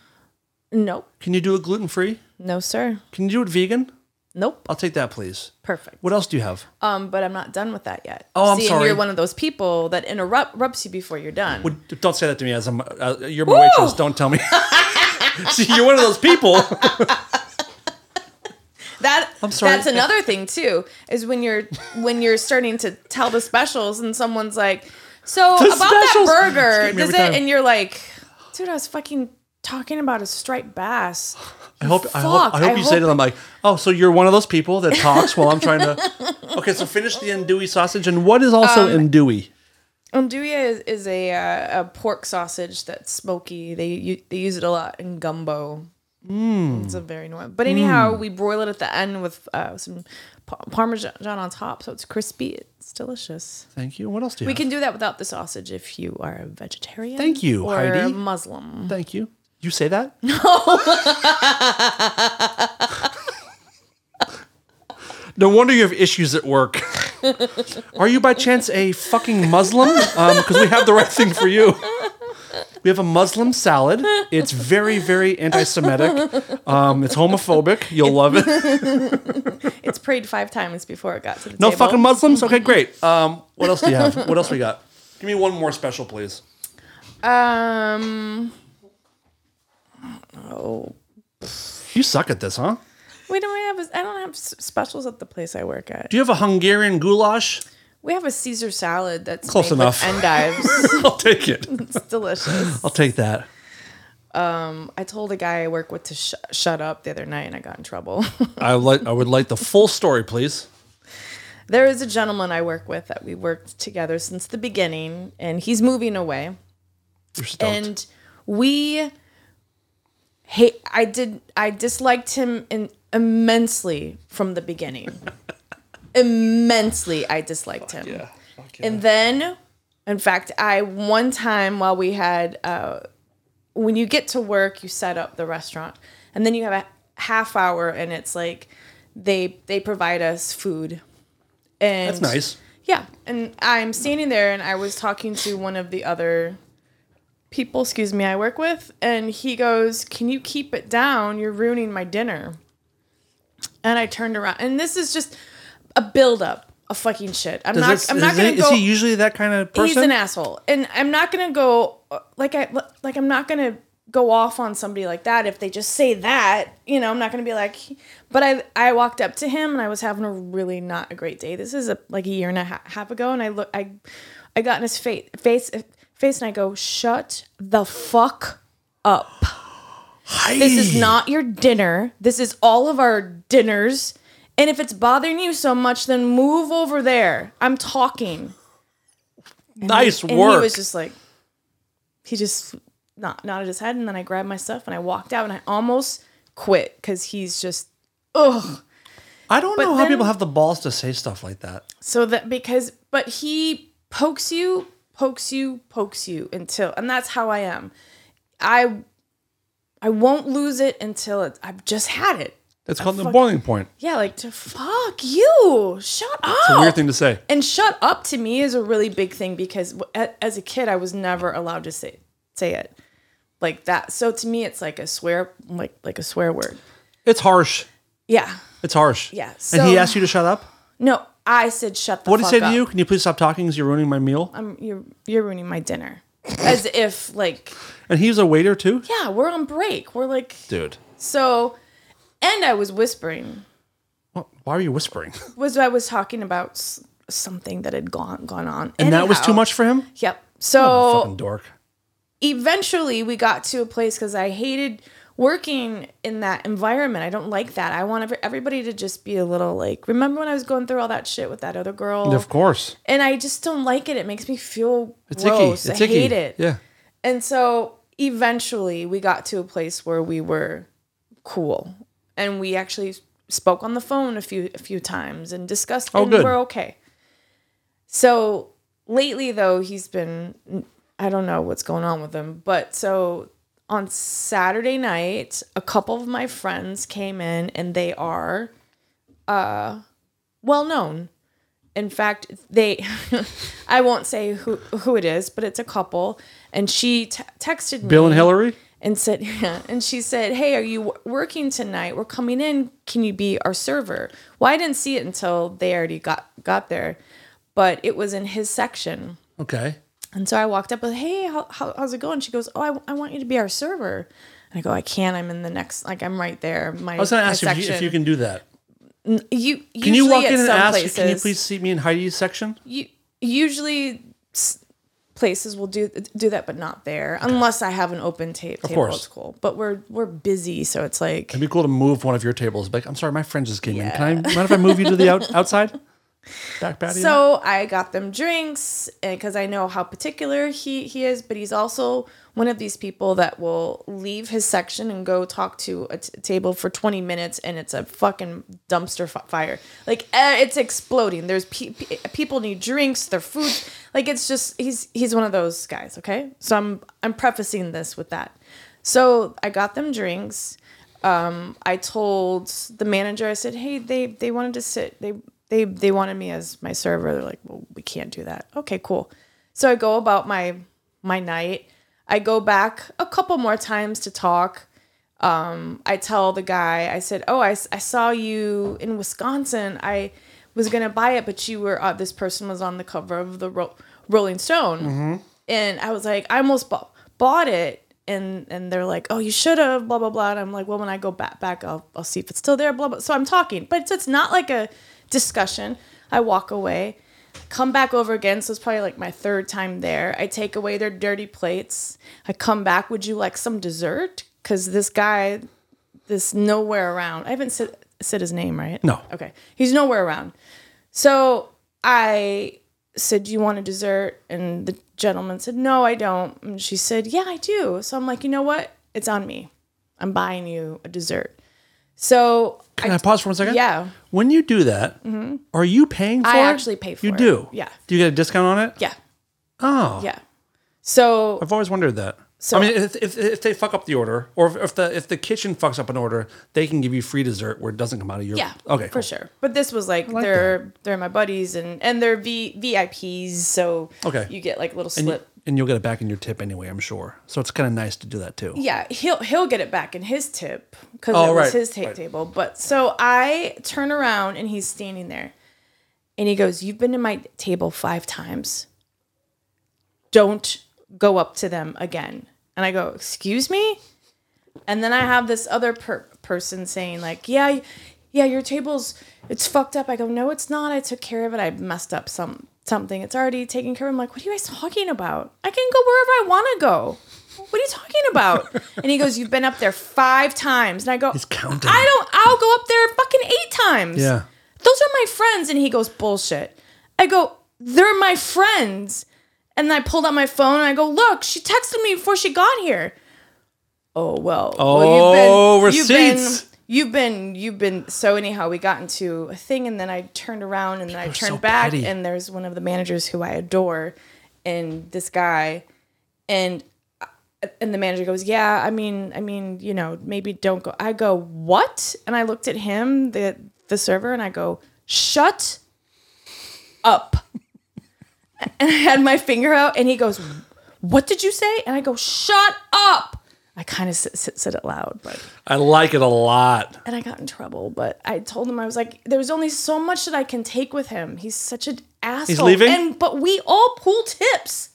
Nope.
Can you do it gluten free?
No, sir.
Can you do it vegan?
Nope.
I'll take that, please.
Perfect.
What else do you have?
Um, but I'm not done with that yet.
Oh, I'm
See, and
sorry.
You're one of those people that interrupts you before you're done.
Would, don't say that to me as I'm. Uh, you're my waitress. Don't tell me. See, you're one of those people.
that
sorry.
that's another thing too is when you're when you're starting to tell the specials and someone's like so
The
about that
specials! Excuse
burger
me
does
every
it
time.
and you're like dude i was fucking talking about a striped bass
I hope. I hope.
Fuck,
I hope
I
you say to
hope-
them like, "Oh, so you're one of those people that talks while I'm trying to." Okay, so finish the andouille sausage, and what is also
Um,
andouille?
andouille is, is a, uh, a pork sausage that's smoky they u- they use it a lot in gumbo
Mm.
it's a very normal but anyhow we broil it at the end with uh, some pa- parmesan on top so it's crispy it's delicious
Thank you. What else do you?
We
have?
can do that without the sausage if you are a vegetarian.
Thank you,
or
Heidi.
Muslim.
Thank you. You say that? No. no wonder you have issues at work. Are you by chance a fucking Muslim? Because we have the right thing for you. We have a Muslim salad. It's very, very anti-Semitic. Um, it's homophobic. You'll love it.
It's prayed five times before it got to the
No
table.
fucking Muslims. Okay, great. Um, what else do you have? What else we got? Give me one more special, please.
Um. Oh,
You suck at this, huh?
we don't have. I don't have s- specials at the place I work at.
Do you have a Hungarian goulash?
We have a Caesar salad that's
Close
made
enough.
With endives.
I'll take it.
it's delicious.
I'll take that.
I told a guy I work with to sh- shut up the other night, and I got in trouble.
I would like I would like the full story, please.
there is a gentleman I work with that we worked together since the beginning, and he's moving away.
You're stumped.
and we hate i did i disliked him in, immensely from the beginning immensely i disliked him and then in fact i one time while we had uh, when you get to work you set up the restaurant and then you have a half hour and it's like they they provide us food. And
That's nice.
Yeah, and I'm standing there, and I was talking to one of the other people, excuse me, I work with, and he goes, "Can you keep it down? You're ruining my dinner." And I turned around, and this is just a buildup of fucking shit. I'm
Does
not.
this-
I'm not
is,
gonna
he,
go.
is he usually that kind of person?
He's an asshole, and I'm not gonna go uh, like I like I'm not gonna go off on somebody like that if they just say that. You know, I'm not gonna be like. But I I walked up to him and I was having a really not a great day. This is a, like a year and a ha- half ago, and I look I I got in his face face uh, face and I go, shut the fuck up. This is not your dinner. This is all of our dinners. And if it's bothering you so much, then move over there. I'm talking.
Nice
And
work.
he was just like, he just not, nodded his head, and then I grabbed my stuff and I walked out, and I almost quit because he's just, ugh.
I don't
But
know how
then-
people have the balls to say stuff like that.
So that because, but he pokes you, pokes you, pokes you until, and that's how I am. I, I won't lose it until it, I've just had it.
It's called the boiling point.
Yeah, like to fuck you, shut up.
It's a weird thing to say.
and shut up to me is a really big thing because w- a- as a kid I was never allowed to say say it like that. So to me it's like a swear like like a swear word.
It's harsh.
Yeah.
It's harsh.
Yeah,
and he
so-
asked you to shut up.
No, I said shut the
What did he
fuck
say
up.
to you? Can you please stop talking? Because you're ruining my meal.
I'm, you're you're ruining my dinner. as if like
and he's a waiter too.
yeah, we're on break. We're like
Dude,
so and I was whispering
what, why are you whispering?
was I was talking about s- something that had gone gone on.
And that was too
Anyhow. Oh.
much for him.
Yep. So
Fucking dork.
eventually we got to a place because I hated working in that environment. I don't like that. I want every- everybody to just be a little like, remember when I was going through all that shit with that other girl?
Of course,
And I just don't like it. It makes me feel
it's
gross.
icky. It's
I
icky.
hate it.
Yeah.
And so eventually we got to a place where we were cool and we actually spoke on the phone a few a few times and discussed
Oh,
and
good.
we're okay. So lately though he's been I don't know what's going on with him, but so on Saturday night a couple of my friends came in and they are uh well known in fact they i won't say who who it is but it's a couple and she t- texted me
Bill and Hillary.
and said yeah and she said hey are you w- working tonight we're coming in can you be our server well i didn't see it until they already got got there but it was in his section
Okay.
and so I walked up with, hey, how, how, how's it going? She goes, oh, I, w- I want you to be our server. And I go, I can't. I'm in the next, like, I'm right there. My,
I was going to
my
ask you if, you if you can do that.
You,
Can you
usually
walk
at
in and
some
ask?
places,
Can you please seat me in Heidi's section?
you usually s- places will do do that, but not there, unless I have an open tape. Of
course.
it's cool. But we're we're busy, so it's like
It'd be cool to move one of your tables. Like, I'm sorry, my friend just came in. Can I mind if I move you to the out, outside back patio?
So I got them drinks because I know how particular he, he is, but he's also one of these people that will leave his section and go talk to a t- table for 20 minutes and it's a fucking dumpster fi fire. Like eh, it's exploding. There's pe- pe- people need drinks, their food. Like it's just he's he's one of those guys, okay? So I'm I'm prefacing this with that. So I got them drinks. I told the manager, I said, "Hey, they they wanted to sit. They they they wanted me as my server. They're like, well, we can't do that. Okay, cool. So I go about my my night. I go back a couple more times to talk. Um, I tell the guy, I said, "Oh, I, s- I saw you in Wisconsin. I was gonna buy it, but you were uh, this person was on the cover of the Ro- Rolling Stone." and I was like, I almost bought, bought it, and and they're like, oh, you should have, blah blah blah. And I'm like, well, when I go back back, I'll I'll see if it's still there, blah blah. So I'm talking, but it's, it's not like a discussion. I walk away, come back over again. So it's probably like my third time there. I take away their dirty plates. I come back. Would you like some dessert? Because this guy, this nowhere around. I haven't said said his name right.
No.
Okay, he's nowhere around. So I said, Do you want a dessert? And the gentleman said, No, I don't. And she said, Yeah, I do. So I'm like, You know what? It's on me. I'm buying you a dessert. So
Can I, pause for one second?
Yeah. Mm-hmm.
When you do that, are you paying for
I
it?
actually pay for
You
it.
do?
Yeah.
Do you get a discount on it?
Yeah.
Oh.
Yeah. So
I've always wondered that.
So
I mean, if, if, if they fuck up the order, or if, if the if the kitchen fucks up an order, they can give you free dessert where it doesn't come out of your.
yeah,
Okay.
for
cool.
sure. But this was like,
like
they're they're my buddies and and they're v, VIPs, so
Okay.
you get like a little
And, you,
slip.
and you'll get it back in your tip anyway, I'm sure. So it's kind of nice to do that too.
yeah, he'll he'll get it back in his tip because
Oh,
it was
right,
his ta-
right.
table. But so I turn around and he's standing there, and he goes, "You've been to my table five times. Don't go up to them again." And I go, "Excuse me." And then I have this other per- person saying like, "Yeah, yeah, your table's it's fucked up." I go, "No, it's not. I took care of it. I messed up some something. It's already taken care of." I'm like, "What are you guys talking about? I can go wherever I want to go." What are you talking about? And he goes, You've been up there five times. And I go,
He's counting.
I don't, I'll go up there fucking eight times.
Yeah.
Those are my friends. And he goes, Bullshit. I go, They're my friends. And I pulled out my phone and I go, Look, she texted me before she got here. Oh, well.
Oh,
well, you've been,
receipts.
You've been, you've been, you've been, so anyhow, we got into a thing and then I turned around and then I
are
turned
so
back
petty.
and there's one of the managers who I adore and this guy and uh, and the manager goes, "Yeah, I mean, I mean, you know, maybe don't go." I go, "What?" And I looked at him, the the server, and I go, "Shut up." and I had my finger out, and he goes, "What did you say?" And I go, "Shut up." I kind of said, said it loud, but
I like it a lot.
and I got in trouble. But I told him I was like, "There's only so much that I can take with him. He's such an asshole."
leaving?
And but we all pool tips,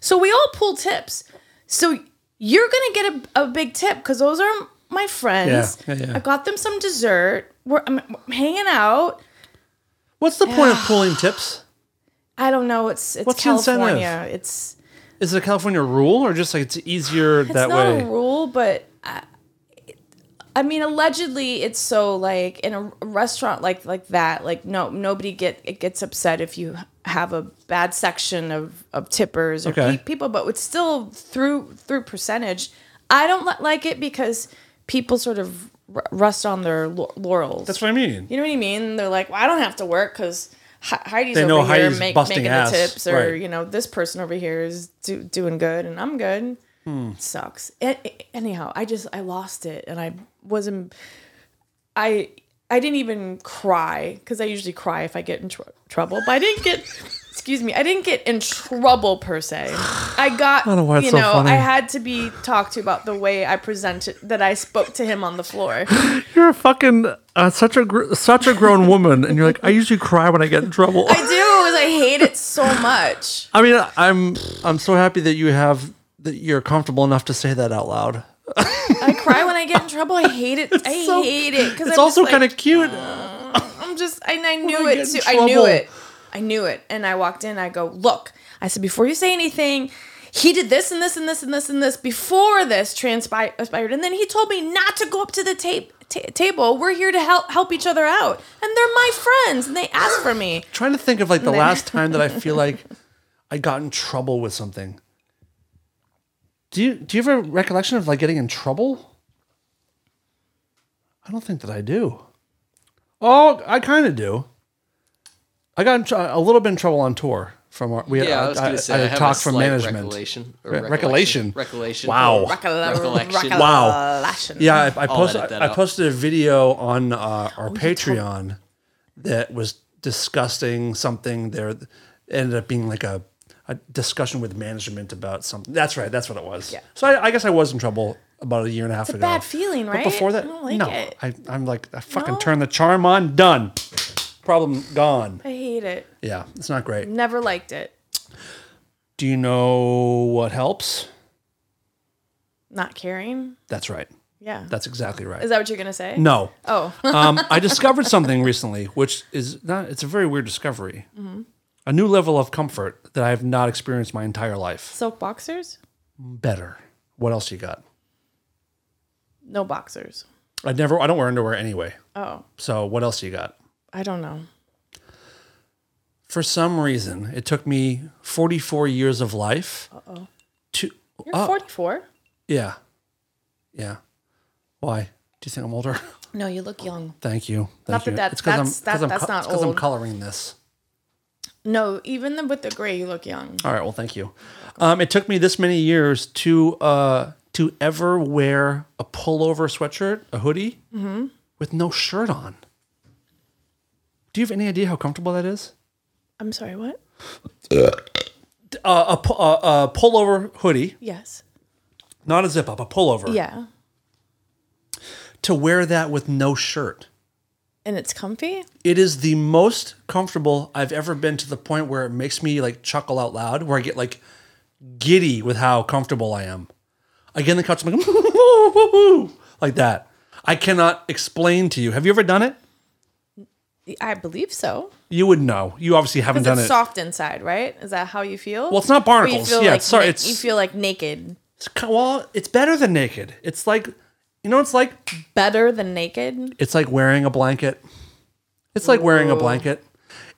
so we all pool tips. So you're gonna get a, a big tip because those are my friends.
Yeah, yeah, yeah.
I got them some dessert. We're I'm, I'm hanging out.
What's the point of pulling tips?
I don't know. It's it's
What's the incentive?
California. It's
Is it a California rule or just like it's easier
it's
that
not
way?
a rule, but I, I mean, allegedly, it's so like in a restaurant like like that, like no nobody get it gets upset if you have a bad section of of tippers or
Okay.
pe- people, but it's still through through percentage. I don't li- like it because people sort of r- rust on their lau- laurels.
That's what I mean.
You know what I mean? They're like, well, I don't have to work because Heidi's
They
over
know
here
Heidi's
make,
busting
making
ass.
the tips, or
Right.
you know, this person over here is do, doing good, and I'm good.
Hmm.
Sucks. A- a- anyhow, I just I lost it, and I wasn't. I I didn't even cry because I usually cry if I get in tr- trouble, but I didn't get. excuse me, I didn't get in trouble per se. I got
don't know why it's
you
so
know
funny.
I had to be talked to about the way I presented that I spoke to him on the floor.
You're a fucking uh, such a gr- such a grown woman, and you're like, I usually cry when I get in trouble.
I do is I hate it so much.
I mean, I'm I'm so happy that you have that you're comfortable enough to say that out loud.
I cry when I get in trouble. I hate it. I
so-
hate it because
It's also kind
of.
of cute.
I'm just. And I knew
I
it
get in
too. I knew
trouble.
it. I knew it. And I walked in. I go, look. I said before you say anything, he did this and this and this and this and this before this transpired. And then he told me not to go up to the tape. ta table, we're here to help help each other out, and they're my friends, and they asked for me.
trying to think of like the last time that I feel like I got in trouble with something. Do you do you have a recollection of like getting in trouble? I don't think that I do. Oh, I kind of do. I got in tr- a little bit in trouble on tour from our, we had,
Yeah, I,
I,
was going
I-
to say
I
I
had
have
talk
a
from
slight
management.
Recollection, or
Re- recollection.
Recollection.
Wow.
Recollection.
Wow. Yeah,
Hmm.
I, I posted
edit that
I
out.
posted a video on uh, our Patreon that was discussing something. There It ended up being like a, a discussion with management about something. That's right. That's what it was.
Yeah.
So I, I guess I was in trouble about a year and a half
It's a
ago.
bad feeling,
But
right?
before that,
I don't like
no,
it.
I, I'm like I fucking
No?
turn the charm on. Done. Problem gone.
I hate it.
Yeah, it's not great.
Never liked it.
Do you know what helps?
Not caring.
That's right.
Yeah.
That's exactly right.
Is that what you're gonna say?
no.
Oh.
um, I discovered something recently, which is not, it's a very weird discovery.
Mm-hmm.
A new level of comfort that I have not experienced my entire life.
Silk boxers?
Better. What else you got?
No boxers.
I never, I don't wear underwear anyway.
Oh,
So what else you got?
I don't know.
For some reason, it took me 44 years of life to, uh,
You're 44?
yeah. Yeah. Why? Do you think I'm older?
No, you look young.
Thank you. Thank
Not that
you.
that-
It's 'cause I'm-
that's- that-
'cause I'm
that's
co-
not
it's 'cause I'm
old.
coloring this.
No, even the, with the gray, you look young.
All right. Well, thank you. Um, it took me this many years to uh, to ever wear a pullover sweatshirt, a hoodie, with no shirt on. Do you have any idea how comfortable that is?
I'm sorry, what?
Uh, a, pu- uh, a pullover hoodie,
Yes.
not a zip up, a pullover.
Yeah.
To wear that with no shirt.
And it's comfy?
It is the most comfortable I've ever been to the point where it makes me like chuckle out loud, where I get like giddy with how comfortable I am. I get on the couch, I'm like, like that. I cannot explain to you. Have you ever done it?
I believe so.
You would know. You obviously haven't
Because
done
it's
it.
soft inside, right? Is that how you feel?
Well, it's not
Or
barnacles.
You feel
Yeah,
like
it's- sorry,
na-
it's-
you feel like naked.
It's ki- well, it's better than naked. It's like, you know, it's like
Better than naked?
It's like wearing a blanket. It's like wearing a
Ooh.
blanket.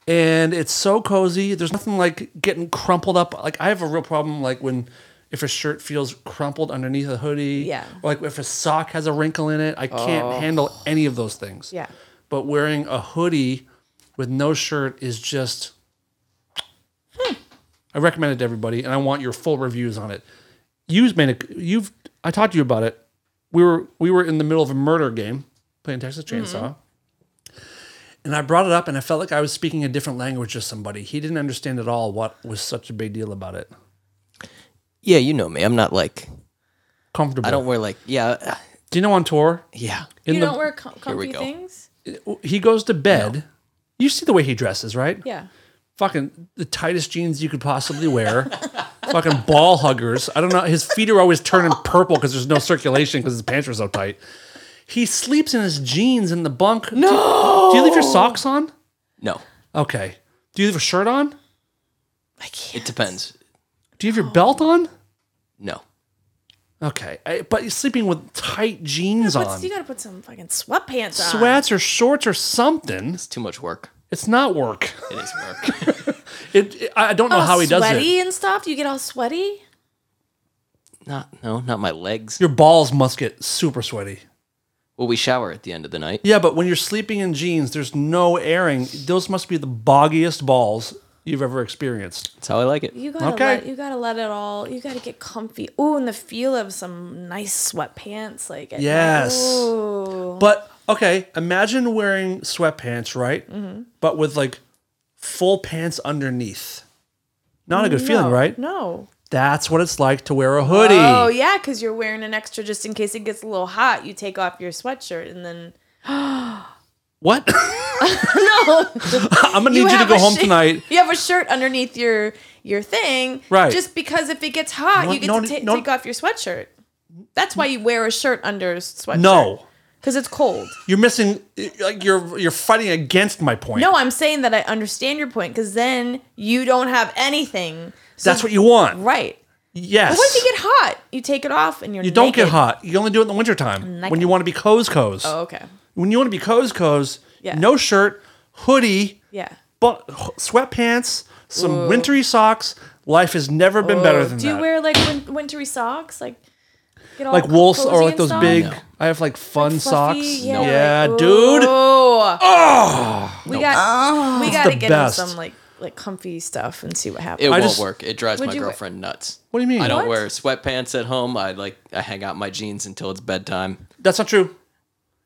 And it's so cozy. There's nothing like getting crumpled up. Like I have a real problem like when if a shirt feels crumpled underneath a hoodie.
Yeah.
Or like if a sock has a wrinkle in it. I can't
Oh.
handle any of those things.
Yeah.
But wearing a hoodie with no shirt is just I recommend it to everybody and I want your full reviews on it. You've made a you've I talked to you about it we were we were in the middle of a murder game playing Texas Chainsaw. And I brought it up and I felt like I was speaking a different language to somebody. He didn't understand at all what was such a big deal about it.
Yeah, you know me. I'm not like
Comfortable.
I don't wear like yeah uh,
Do you know on tour?
yeah.
In
you
the,
don't wear com-
we
comfy
go.
things?
he goes to bed. You see the way he dresses, right?
Yeah.
Fucking the tightest jeans you could possibly wear. Fucking ball huggers. I don't know. His feet are always turning purple because there's no circulation because his pants are so tight. He sleeps in his jeans in the bunk. No. Do you leave your socks on?
No,
Okay. Do you have a shirt on?
it depends.
Do you have your belt on?
No,
Okay. I- but you're sleeping with tight jeans
What's,
on.
you gotta put some fucking sweatpants on.
Sweats or shorts or something.
it's too much work.
It's not work.
It is work.
It, it- I I don't know
All
how he does
sweaty
it.
and stuff? You get all sweaty?
not no, not my legs.
Your balls must get super sweaty.
Well, we shower at the end of the night.
Yeah, but when you're sleeping in jeans, there's no airing. Those must be the boggiest balls you've ever experienced.
That's how I like it.
You gotta
Okay.
let you gotta let it all. You gotta get comfy. Ooh, and the feel of some nice sweatpants, like at night.
Yes.
Ooh.
But okay, imagine wearing sweatpants, right?
Mm-hmm.
But with like full pants underneath. Not a good feeling,
No,
right?
No.
That's what it's like to wear a hoodie.
Oh yeah, because you're wearing an extra just in case it gets a little hot. You take off your sweatshirt and then
What? I'm gonna need you, to
have
go
a
home
shi-
tonight.
You have a shirt underneath your your thing,
Right.
Just because if it gets hot,
No-
you get
no-
to ta-
no-
take off your sweatshirt. That's why you wear a shirt under a sweatshirt.
No,
because it's cold.
you're missing. Like you're you're fighting against my point.
No, I'm saying that I understand your point because then you don't have anything. So-
that's what you want.
right.
Yes.
But what if you get hot? You take it off and you're
You don't get
naked.
hot. You only do it in the wintertime
Naked.
when you want to be co's co's.
Oh, okay.
When you want to be co's co's,
Yeah.
no shirt, hoodie,
Yeah.
but sweatpants, some wintry socks. Life has never been better than
Do
that.
you wear like win- wintery socks? Like get all
like wool
cozy
or like
and
those
stuff?
big?
No.
I have like fun
Fluffy?
socks.
Yeah,
Yeah,
like,
dude. Ah!
ooh. Oh. We got
Ah.
we got to
the
get
best.
him some like like comfy stuff and see what happens.
It won't
just-
work. It drives
Would
my
you-
girlfriend nuts.
What do you mean?
I don't
What?
wear sweatpants at home. I like I hang out in my jeans until it's bedtime.
That's not true.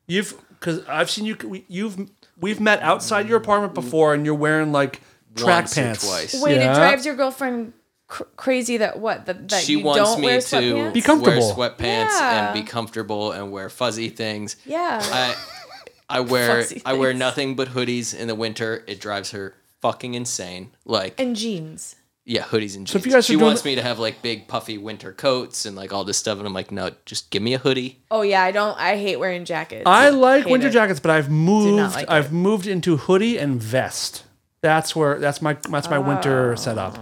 You've because I've seen you. we- You've we've met outside your apartment before, and you're wearing like track
Mm. Once or
pants.
twice.
Wait,
Yeah.
it drives your girlfriend cr- crazy that what that, that
she
you
wants
don't
me
wear
to
sweatpants.
Be comfortable.
wear sweatpants
Yeah.
and be comfortable and wear fuzzy things.
yeah.
I I wear
Fuzzy
I wear
things.
nothing but hoodies in the winter. It drives her fucking insane. Like
and jeans.
yeah, hoodies and jeans.
if you guys are
she
doing
wants
the-
me to have like big puffy winter coats and like all this stuff, and I'm like, no, just give me a hoodie.
Oh yeah, I don't. I hate wearing jackets.
I like
Hate
winter
it.
jackets, but I've moved.
like
I've moved into hoodie and vest. That's where that's my that's my
Oh.
winter setup.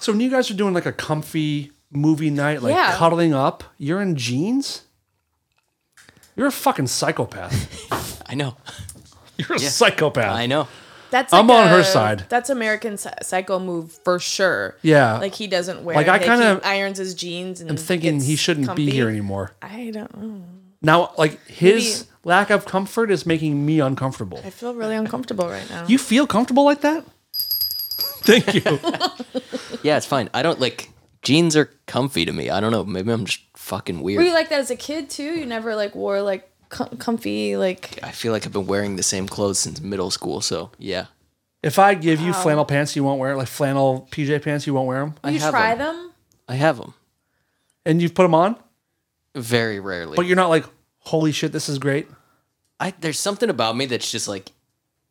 So when you guys are doing like a comfy movie night, like
Yeah.
cuddling up, you're in jeans. You're a fucking psychopath.
I know,
You're a psychopath.
I know.
That's
I'm
like
on her
a-
side.
That's American Psy- Psycho move for sure.
Yeah.
Like he doesn't wear.
Like,
Like
I
I
kinda-
irons his jeans and
I'm thinking
gets
he shouldn't
comfy.
be here anymore.
I don't. know.
Now, like his lack of comfort is making me uncomfortable.
I feel really uncomfortable right now.
You feel comfortable like that? Thank you.
Yeah, it's fine. I don't like jeans are comfy to me. I don't know. Maybe I'm just fucking weird.
Were you like that as a kid too? You never like wore like com- comfy like.
I feel like I've been wearing the same clothes since middle school. So yeah,
if I give you flannel pants, you won't wear like flannel PJ pants. You won't wear them,
You
have
try
them.
them.
I have them
and you put them on,
very rarely.
but you're not like, holy shit, this is great.
I, there's something about me that's just like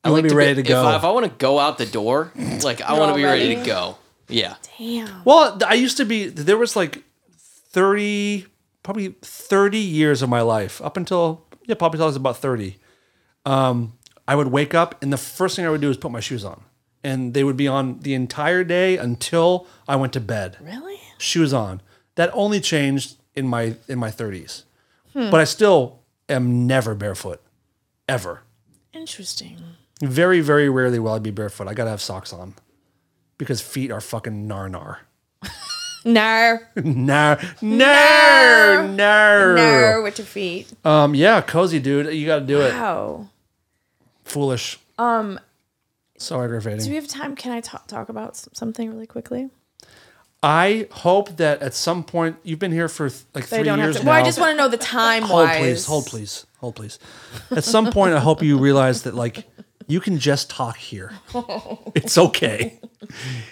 I
You wanna
like
be ready to go.
If I, if I want to go out the door, like I want to be ready to
ready?
go. Yeah,
Damn.
Well, th- I used to be. There was like thirty, probably thirty years of my life up until yeah, probably until I was about thirty. Um, I would wake up and the first thing I would do is put my shoes on, and they would be on the entire day until I went to bed.
Really?
Shoes on. That only changed in my in my thirties, but I still am never barefoot, ever.
Interesting.
Very very rarely will I be barefoot. I gotta have socks on, because feet are fucking nar nar.
No.
No, no,
No
no.
with your feet.
Um, yeah, cozy, dude. You got to do it.
Wow.
Foolish. Um, so
Do
aggravating.
we have time? Can I talk talk about s- something really quickly?
I hope that at some point you've been here for th- like
They
three
don't
years
have to.
now.
Well, I just want to know the time
hold,
wise.
please, hold, please, hold, please. At some point, I hope you realize that like you can just talk here. It's okay.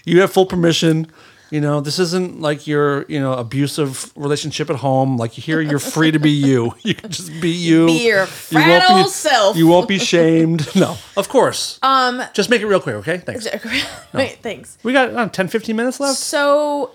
You have full permission. You know, this isn't like your you know abusive relationship at home. Like here, you're free to be you. You can just be you.
Be your fraternal self.
You won't be shamed. No, of course. Um, just make it real quick, okay? Thanks.
Wait, thanks.
We got uh, 10, 15 minutes left.
So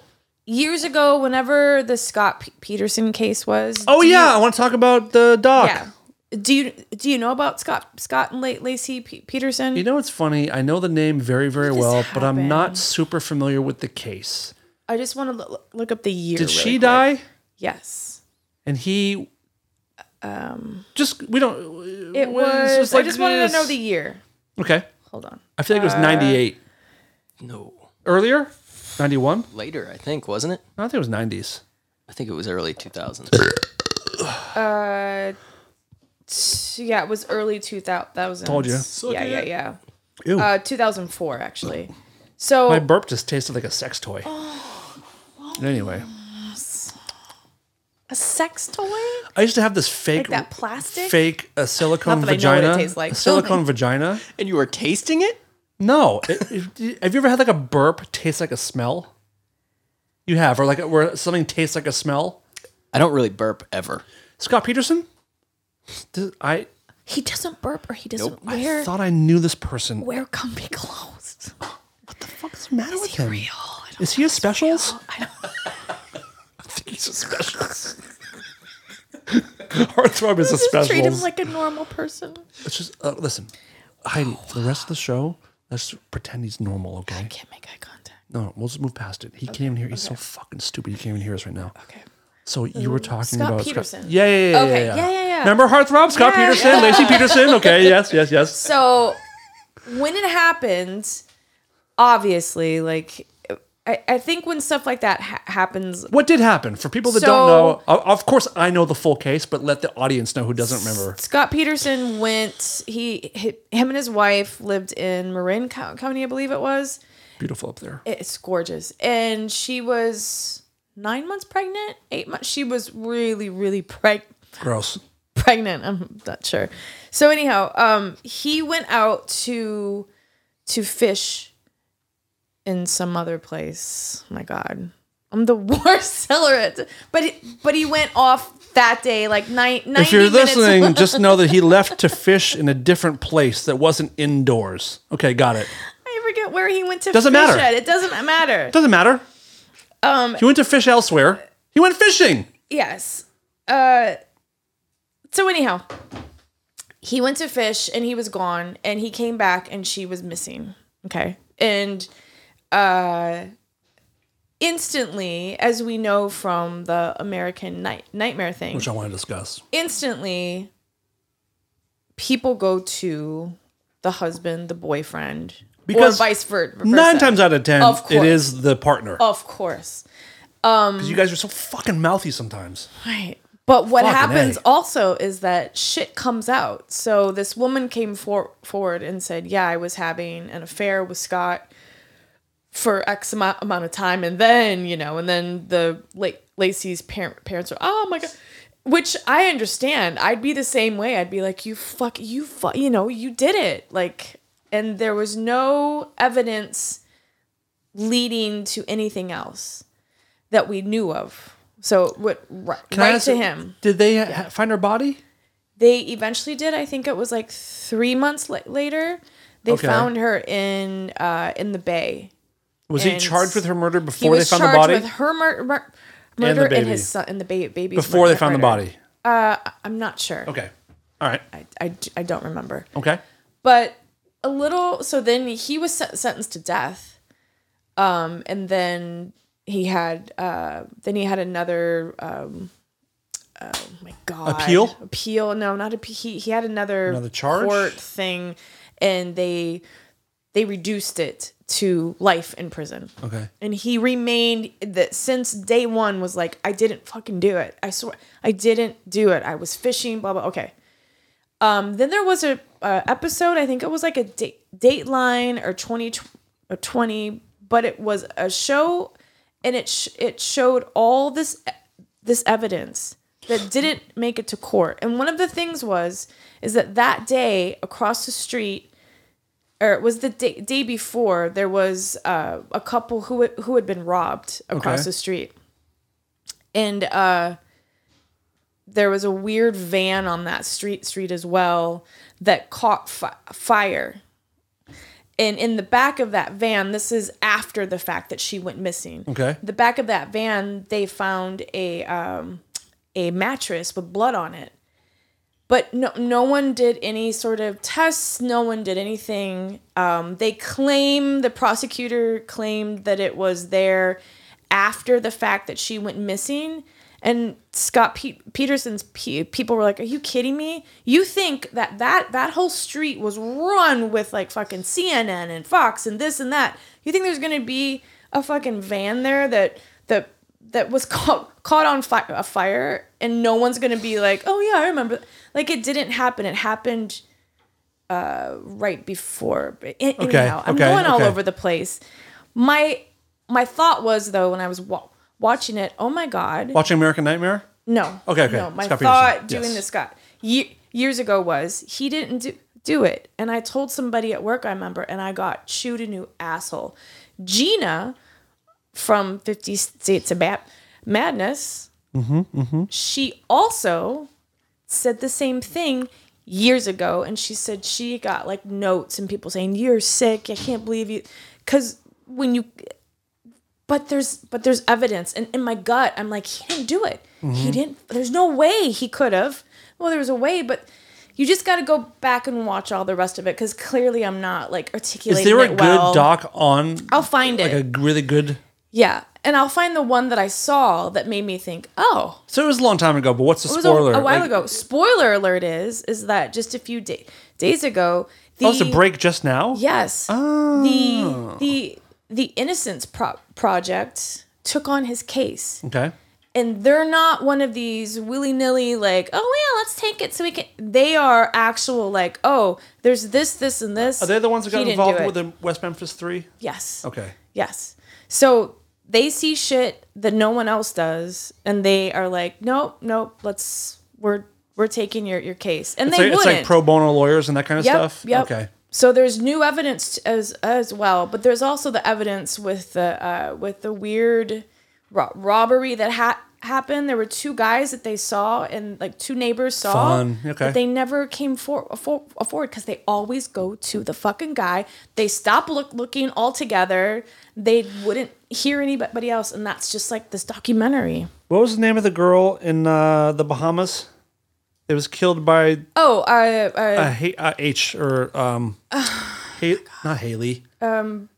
years ago, whenever the Scott P- Peterson case was.
Oh
do you-
yeah, I want to talk about the doc.
yeah. Do you do you know about Scott Scott and La- Lacey P- Peterson?
You know, it's funny. I know the name very, very
this
well, but I'm not
happen?
super familiar with the case.
I just want to l- look up the year.
Did
really
she
quick.
die?
Yes.
And he. Um. Just we don't.
It
Well,
was.
it's just like
I just wanted
this.
to know the year.
Okay.
Hold on.
I feel like it
uh,
was 98.
no,
Earlier, 91.
later I think wasn't it?
I think it was 90s.
I think it was early 2000s.
Uh, t- yeah, it was early 2000.
Told you.
Yeah, yeah, yeah.
Ew.
Uh, 2004 actually. So
My burp just tasted like a sex toy.
Oh,
Anyway,
a sex toy?
I used to have this fake,
Like that plastic?
fake uh, silicone
Not that I know what it
vagina.
tastes like.
a silicone vagina.
and you were tasting it?
No, It- it- have you ever had like a burp taste like a smell? You have, or like where something tastes like a smell.
I don't really burp ever.
Scott Peterson. This- I
He doesn't burp or he doesn't
Nope.
wear
thought I knew this person.
wear comfy clothes.
What's the matter with
Is he
him?
real? I don't
Is he a specials?
I don't,
He's a specials. Heartthrob is a specials.
just treat him like a normal person.
Let's just uh, listen, Heidi. For the rest of the show, let's pretend he's normal, okay?
Can't make eye contact.
No, no, we'll just move past it. He can't even hear. He's so fucking stupid. He can't even hear us right now.
Okay. Mm-hmm.
So you were talking
Scott
about
Peterson.
Yeah, yeah, yeah,
Okay,
yeah,
yeah, yeah, yeah.
Remember Heartthrob, Scott
Yeah,
Peterson,
yeah.
Lacey Peterson. Okay, yes, yes, yes.
So when it happened, obviously, like I, I think when stuff like that ha- happens,
What did happen? For people that don't
So-
know, o- of course I know the full case, but let the audience know who doesn't remember.
Scott Peterson went. He, he him and his wife lived in Marin Co- County, I believe it was.
Beautiful up there.
It's gorgeous, and she was nine months pregnant, eight months. She was really, really pregnant.
Gross.
pregnant. I'm not sure. So anyhow, um, he went out to to fish in some other place. Oh my God, I'm the worst seller at. But he, but he went off that day, like nine. 90
If you're
minutes-
listening, just know that he left to fish in a different place that wasn't indoors. Okay, got it.
I forget where he went to.
Doesn't
fish
matter.
At. It doesn't matter.
Doesn't matter. Um, he went to fish elsewhere. He went fishing.
Yes. Uh, so anyhow, he went to fish and he was gone, and he came back and she was missing. Okay, and uh, instantly, as we know from the American night nightmare thing,
Which I want to discuss.
instantly people go to the husband, the boyfriend,
Because
or vice ver- versa.
Nine times out of ten,
Of
it
course. Um,
is the partner.
of course,
Because you guys are so fucking mouthy sometimes.
right? But what
Fucking
happens
A.
also is that shit comes out. So this woman came for- forward and said, "Yeah, I was having an affair with Scott for X amount, amount of time, and then you know, and then the La- Lacey's parent parents are, oh my god." Which I understand. I'd be the same way. I'd be like, "You fuck, you fuck, you know, you did it." Like, and there was no evidence leading to anything else that we knew of. So what? Right,
Can I
right
ask
to
you-
him
Did they ha- find her body?
they eventually did. I think it was like three months la- later. They
Okay.
found her in uh, in the bay.
Was he
And
charged with her murder
He
before they
was
found the
charged
body?
with her mur- mur- murder and,
baby.
his son and the ba- baby
before they found the body.
I'm not sure.
Okay. All right.
I, I, I don't remember.
Okay.
But a little. So then he was sen- sentenced to death. Um, and then he had uh, then he had another. Um, oh my god!
Appeal?
Appeal? No, not appeal. He, he had another
Another charge?
court thing, and they they reduced it to life in prison.
Okay.
And he remained that since day one was like, I didn't fucking do it. I swear, I didn't do it. I was fishing, blah blah. Okay. Um, then there was a uh, episode. I think it was like a date, Dateline or twenty or twenty, but it was a show, and it sh- it showed all this e- this evidence that didn't make it to court. And one of the things was is that that day across the street or it was the day, day before there was uh, a couple who had- who had been robbed across
Okay.
the street and uh, there was a weird van on that street street as well that caught fi- fire and in the back of that van this is after the fact that she went missing
Okay.
the back of that van they found a um, a mattress with blood on it but no, no one did any sort of tests. No one did anything. Um, they claim the prosecutor claimed that it was there after the fact that she went missing. And Scott Pe- Peterson's pe- people were like, "Are you kidding me? You think that that that whole street was run with like fucking CNN and Fox and this and that? You think there's gonna be a fucking van there that that that was caught caught on fi- a fire and no one's gonna be like oh yeah i remember like it didn't happen it happened uh right before But an- anyhow i'm
okay,
going all
okay.
over the place my my thought was though when i was wa- watching it oh my god
Watching American Nightmare?
no.
Okay, okay.
No, my
Scott Peterson.
thought doing
Yes.
this Scott ye- years ago was he didn't do do it, and I told somebody at work I remember, and I got chewed a new asshole. Gina from Fifty States of Mad- Madness.
Mm-hmm,
She also said the same thing years ago, and she said she got like notes and people saying you're sick. I can't believe you, because when you but there's but there's evidence and in my gut i'm like he didn't do it
Mm-hmm.
he didn't there's no way he could have well there was a way but you just got to go back and watch all the rest of it because clearly i'm not like Oh, articulating
Is there a
it
good
well
doc on
i'll find
like
it
a really good?
yeah and i'll find the one that i saw that made me think oh
So it was a long time ago, but what's the
it was a,
spoiler?
a while
Like,
ago spoiler alert is is that just a few da- days ago the
Oh, it's a break Oh. just now.
Yes. The the the Innocence Pro- Project took on his case,
Okay.
and they're not one of these willy nilly like, oh yeah, let's take it so we can. They are actual like, oh, there's this, this, and this.
Are they the ones that
He
got
didn't do
involved
it.
with the West Memphis Three?
Yes.
Okay.
Yes. So they see shit that no one else does, and they are like, nope, nope, let's we're we're taking your your case, and
It's
they
like, it's
wouldn't.
like pro bono lawyers and that kind of
Yep,
stuff.
yep.
Okay.
So there's new evidence t- as as well, but there's also the evidence with the uh, with the weird ro- robbery that ha- happened. There were two guys that they saw and like two neighbors saw.
Fun, okay.
But they never came for, for forward because they always go to the fucking guy. They stop look looking all together. They wouldn't hear anybody else, and that's just like this documentary.
What was the name of the girl in uh, the Bahamas? It was killed by
Oh, uh, uh,
uh, H, uh, H or um, Ha- not Haley. Um,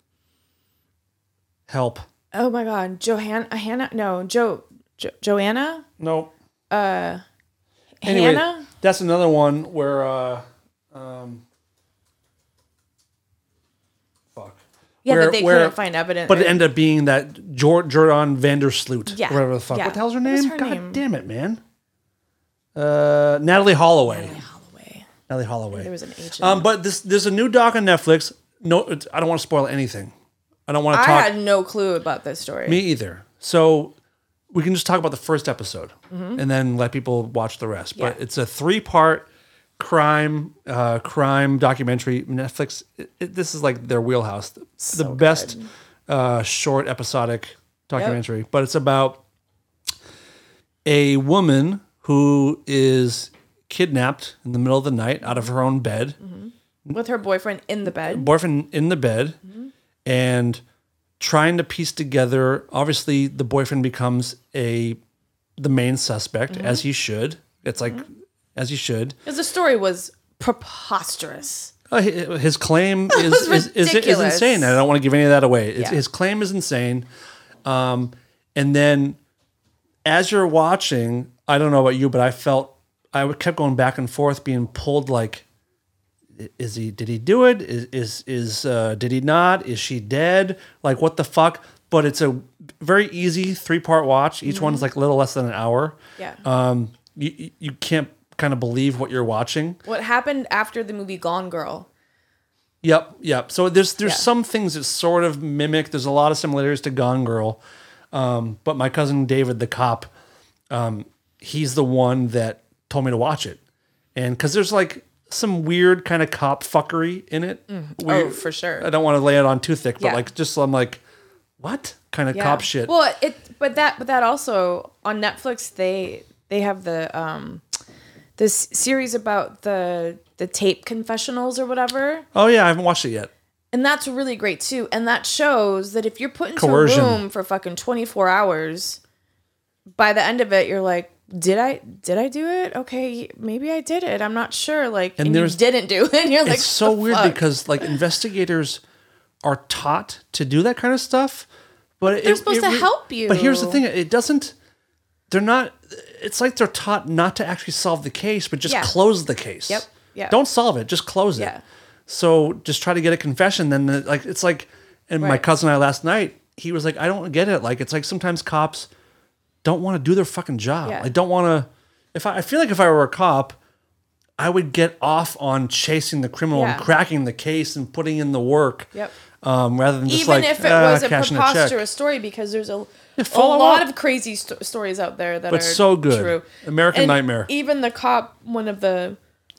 help.
oh my God, Johanna, Hannah, no, Jo, jo- Joanna,
No.
Hannah.
that's another one where. Uh, um, fuck.
Yeah,
where-
but they
where-
couldn't find evidence.
But it ended up being that Jor- Jordan Vandersloot.
Yeah,
Whatever the fuck.
yeah.
What the hell's her
What was
name?
her
God
name?
damn it, man. Uh, Natalie Holloway.
Holloway.
Natalie Holloway.
There was an H. in
Um,
it.
but this there's a new doc on Netflix. No, it's- I don't want to spoil anything. I don't want to
I
talk.
had no clue about this story.
Me either. So we can just talk about the first episode and then let people watch the rest. But
Yeah.
it's a three part crime uh, crime documentary. Netflix. It, it- this is like their wheelhouse. The, the best uh, short episodic documentary. But it's about a woman who is kidnapped in the middle of the night out of her own bed
With her boyfriend in the bed.
boyfriend in the bed and trying to piece together obviously the boyfriend becomes a the main suspect as he should it's like as he should
Because the story was preposterous.
Uh, hi- his claim is is, is, is
ridiculous.
insane i don't want to give any of that away It's-
Yeah.
his claim is insane um, and then as you're watching i don't know about you but i felt i would- kept going back and forth being pulled like is he did he do it is is, is uh, did he not is she dead like what the fuck but it's a very easy three part watch each
Mm-hmm.
one's like a little less than an hour
Yeah.
um you you- you can't kind of believe what you're watching
what happened after the movie Gone Girl?
yep yep so there's there's
Yeah.
some things that sort of mimic there's a lot of similarities to gone girl um but my cousin david the cop um he's the one that told me to watch it and because there's like some weird kind of cop fuckery in it
Oh,
Weird-
for sure.
I don't want to lay it on too thick, but
Yeah.
like just I'm like, what kind of
Yeah.
cop shit?
Well, it but that but that also on Netflix they they have the um this series about the the tape confessionals or whatever.
oh yeah, I haven't watched it yet.
And that's really great too. And that shows that if you're put into
Coercion.
a room for fucking 24 hours, by the end of it, you're like, did I did I do it? Okay, maybe I did it. I'm not sure. Like, and, you
there's-
didn't do it. And you're like,
it's so
"The
weird
fuck?"
because like investigators are taught to do that kind of stuff, but
they're supposed to help you.
But here's the thing: it doesn't. They're not. It's like they're taught not to actually solve the case, but just
Yeah.
close the case.
Yep, yeah.
Don't solve it. Just close
Yeah.
it. So just try to get a confession. Then the- like it's like, and my
Right.
cousin and I last night, he was like, I don't get it. Like it's like sometimes cops don't want to do their fucking job.
Yeah.
I don't want to. If I, I feel like if I were a cop, I would get off on chasing the criminal
Yeah.
and cracking the case and putting in the work.
Yep.
Um, rather than just
even
like
if it
ah,
was a
cashing check.
preposterous story because there's a, a
follow
lot
up.
of crazy st- stories out there that
But
are
so good.
true.
American Nightmare.
Even the cop, one of the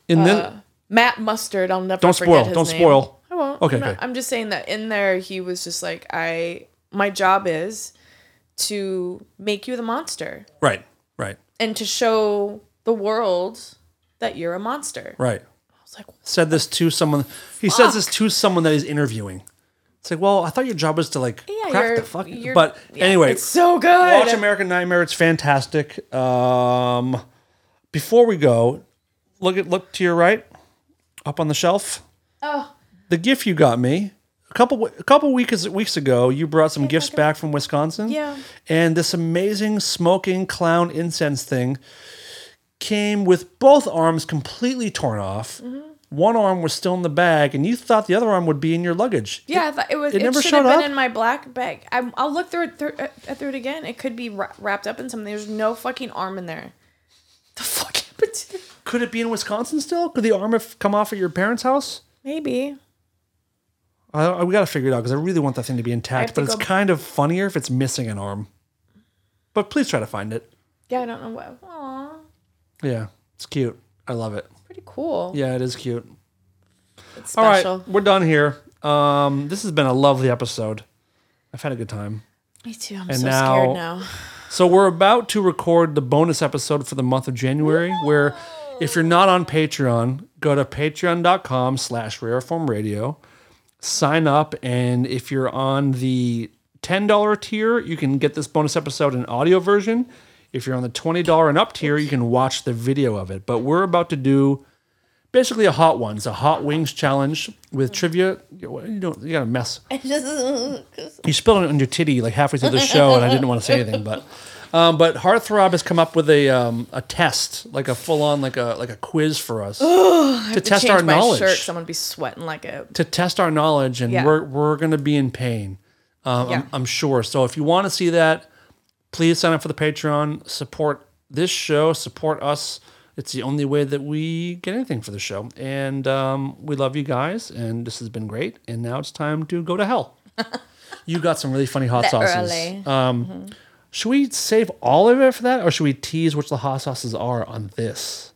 In the-
uh, Matt Mustard. I'll never
Don't
forget
spoil,
His
don't
name.
spoil.
I won't.
Okay,
I'm, not-
okay.
I'm just saying that in there, he was just like, I my job is to make you the monster
right, right,
and to show the world that you're a monster.
right.
I was like,
Said this to someone. He says this to someone that he's interviewing. It's like, well, I thought your job was to like
Yeah,
crack
you're-
the fuck.
you're-
But
yeah,
anyway,
it's so good.
Watch American Nightmare. It's fantastic. Um, before we go, look at look to your right, up on the shelf.
Oh.
the gift you got me a couple we- a couple weeks weeks ago. You brought some gifts back from Wisconsin.
Yeah.
and this amazing smoking clown incense thing came with both arms completely torn off.
Mm-hmm.
One arm was still in the bag, and you thought the other arm would be in your luggage.
Yeah, I thought it was.
it
It,
never
should
showed
have been
up?
in my black bag. I'm, I'll look through it through, uh, through it again. It could be wra- wrapped up in something. There's no fucking arm in there. The fuck happened? to-
Could it be in Wisconsin still? Could the arm have come off at your parents' house?
Maybe.
I, I- we got to figure it out because I really want that thing to be
have
intact.
to
But it's
go-
kind of funnier if it's missing an arm. But please try to find it.
Yeah, I don't know what. Aw,
Yeah, it's cute. I love it.
pretty cool.
Yeah, it is cute.
it's
All right,
special.
we're done here. Um, this has been a lovely episode. I've had a good time.
Me too. I'm
And
so
now-
scared now.
So we're about to record the bonus episode for the month of January, where if you're not on Patreon, go to patreon.com slash rareform radio, sign up, and if you're on the $10 tier, you can get this bonus episode in audio version. If you're on the $20 and up tier, you can watch the video of it. But we're about to do basically a hot ones, a hot wings challenge with trivia. You don't you got a mess. You spilled it on your titty like halfway through the show, and I didn't want to say anything, but um, but Heartthrob has come up with a um, a test, like a full on like a like a quiz for us to test
Change
our
my
knowledge,
shirt. Someone be sweating like a.
to test our knowledge, and
Yeah.
we're we're gonna be in pain, um,
Yeah.
I'm, I'm sure. So if you want to see that, please sign up for the Patreon, support this show, support us. It's the only way that we get anything for the show. And um, we love you guys. And this has been great. And now it's time to go to hell. you got some really funny hot sauces.
Literally.
Um, Should we save all of it for that, or should we tease which the hot sauces are on this?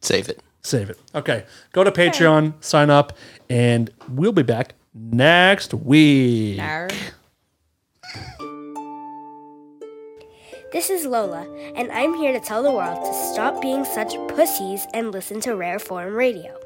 Save it.
Save it. Okay. Go to Patreon, sign up, and we'll be back next week.
This is Lola, and I'm here to tell the world to stop being such pussies and listen to Rare Form Radio.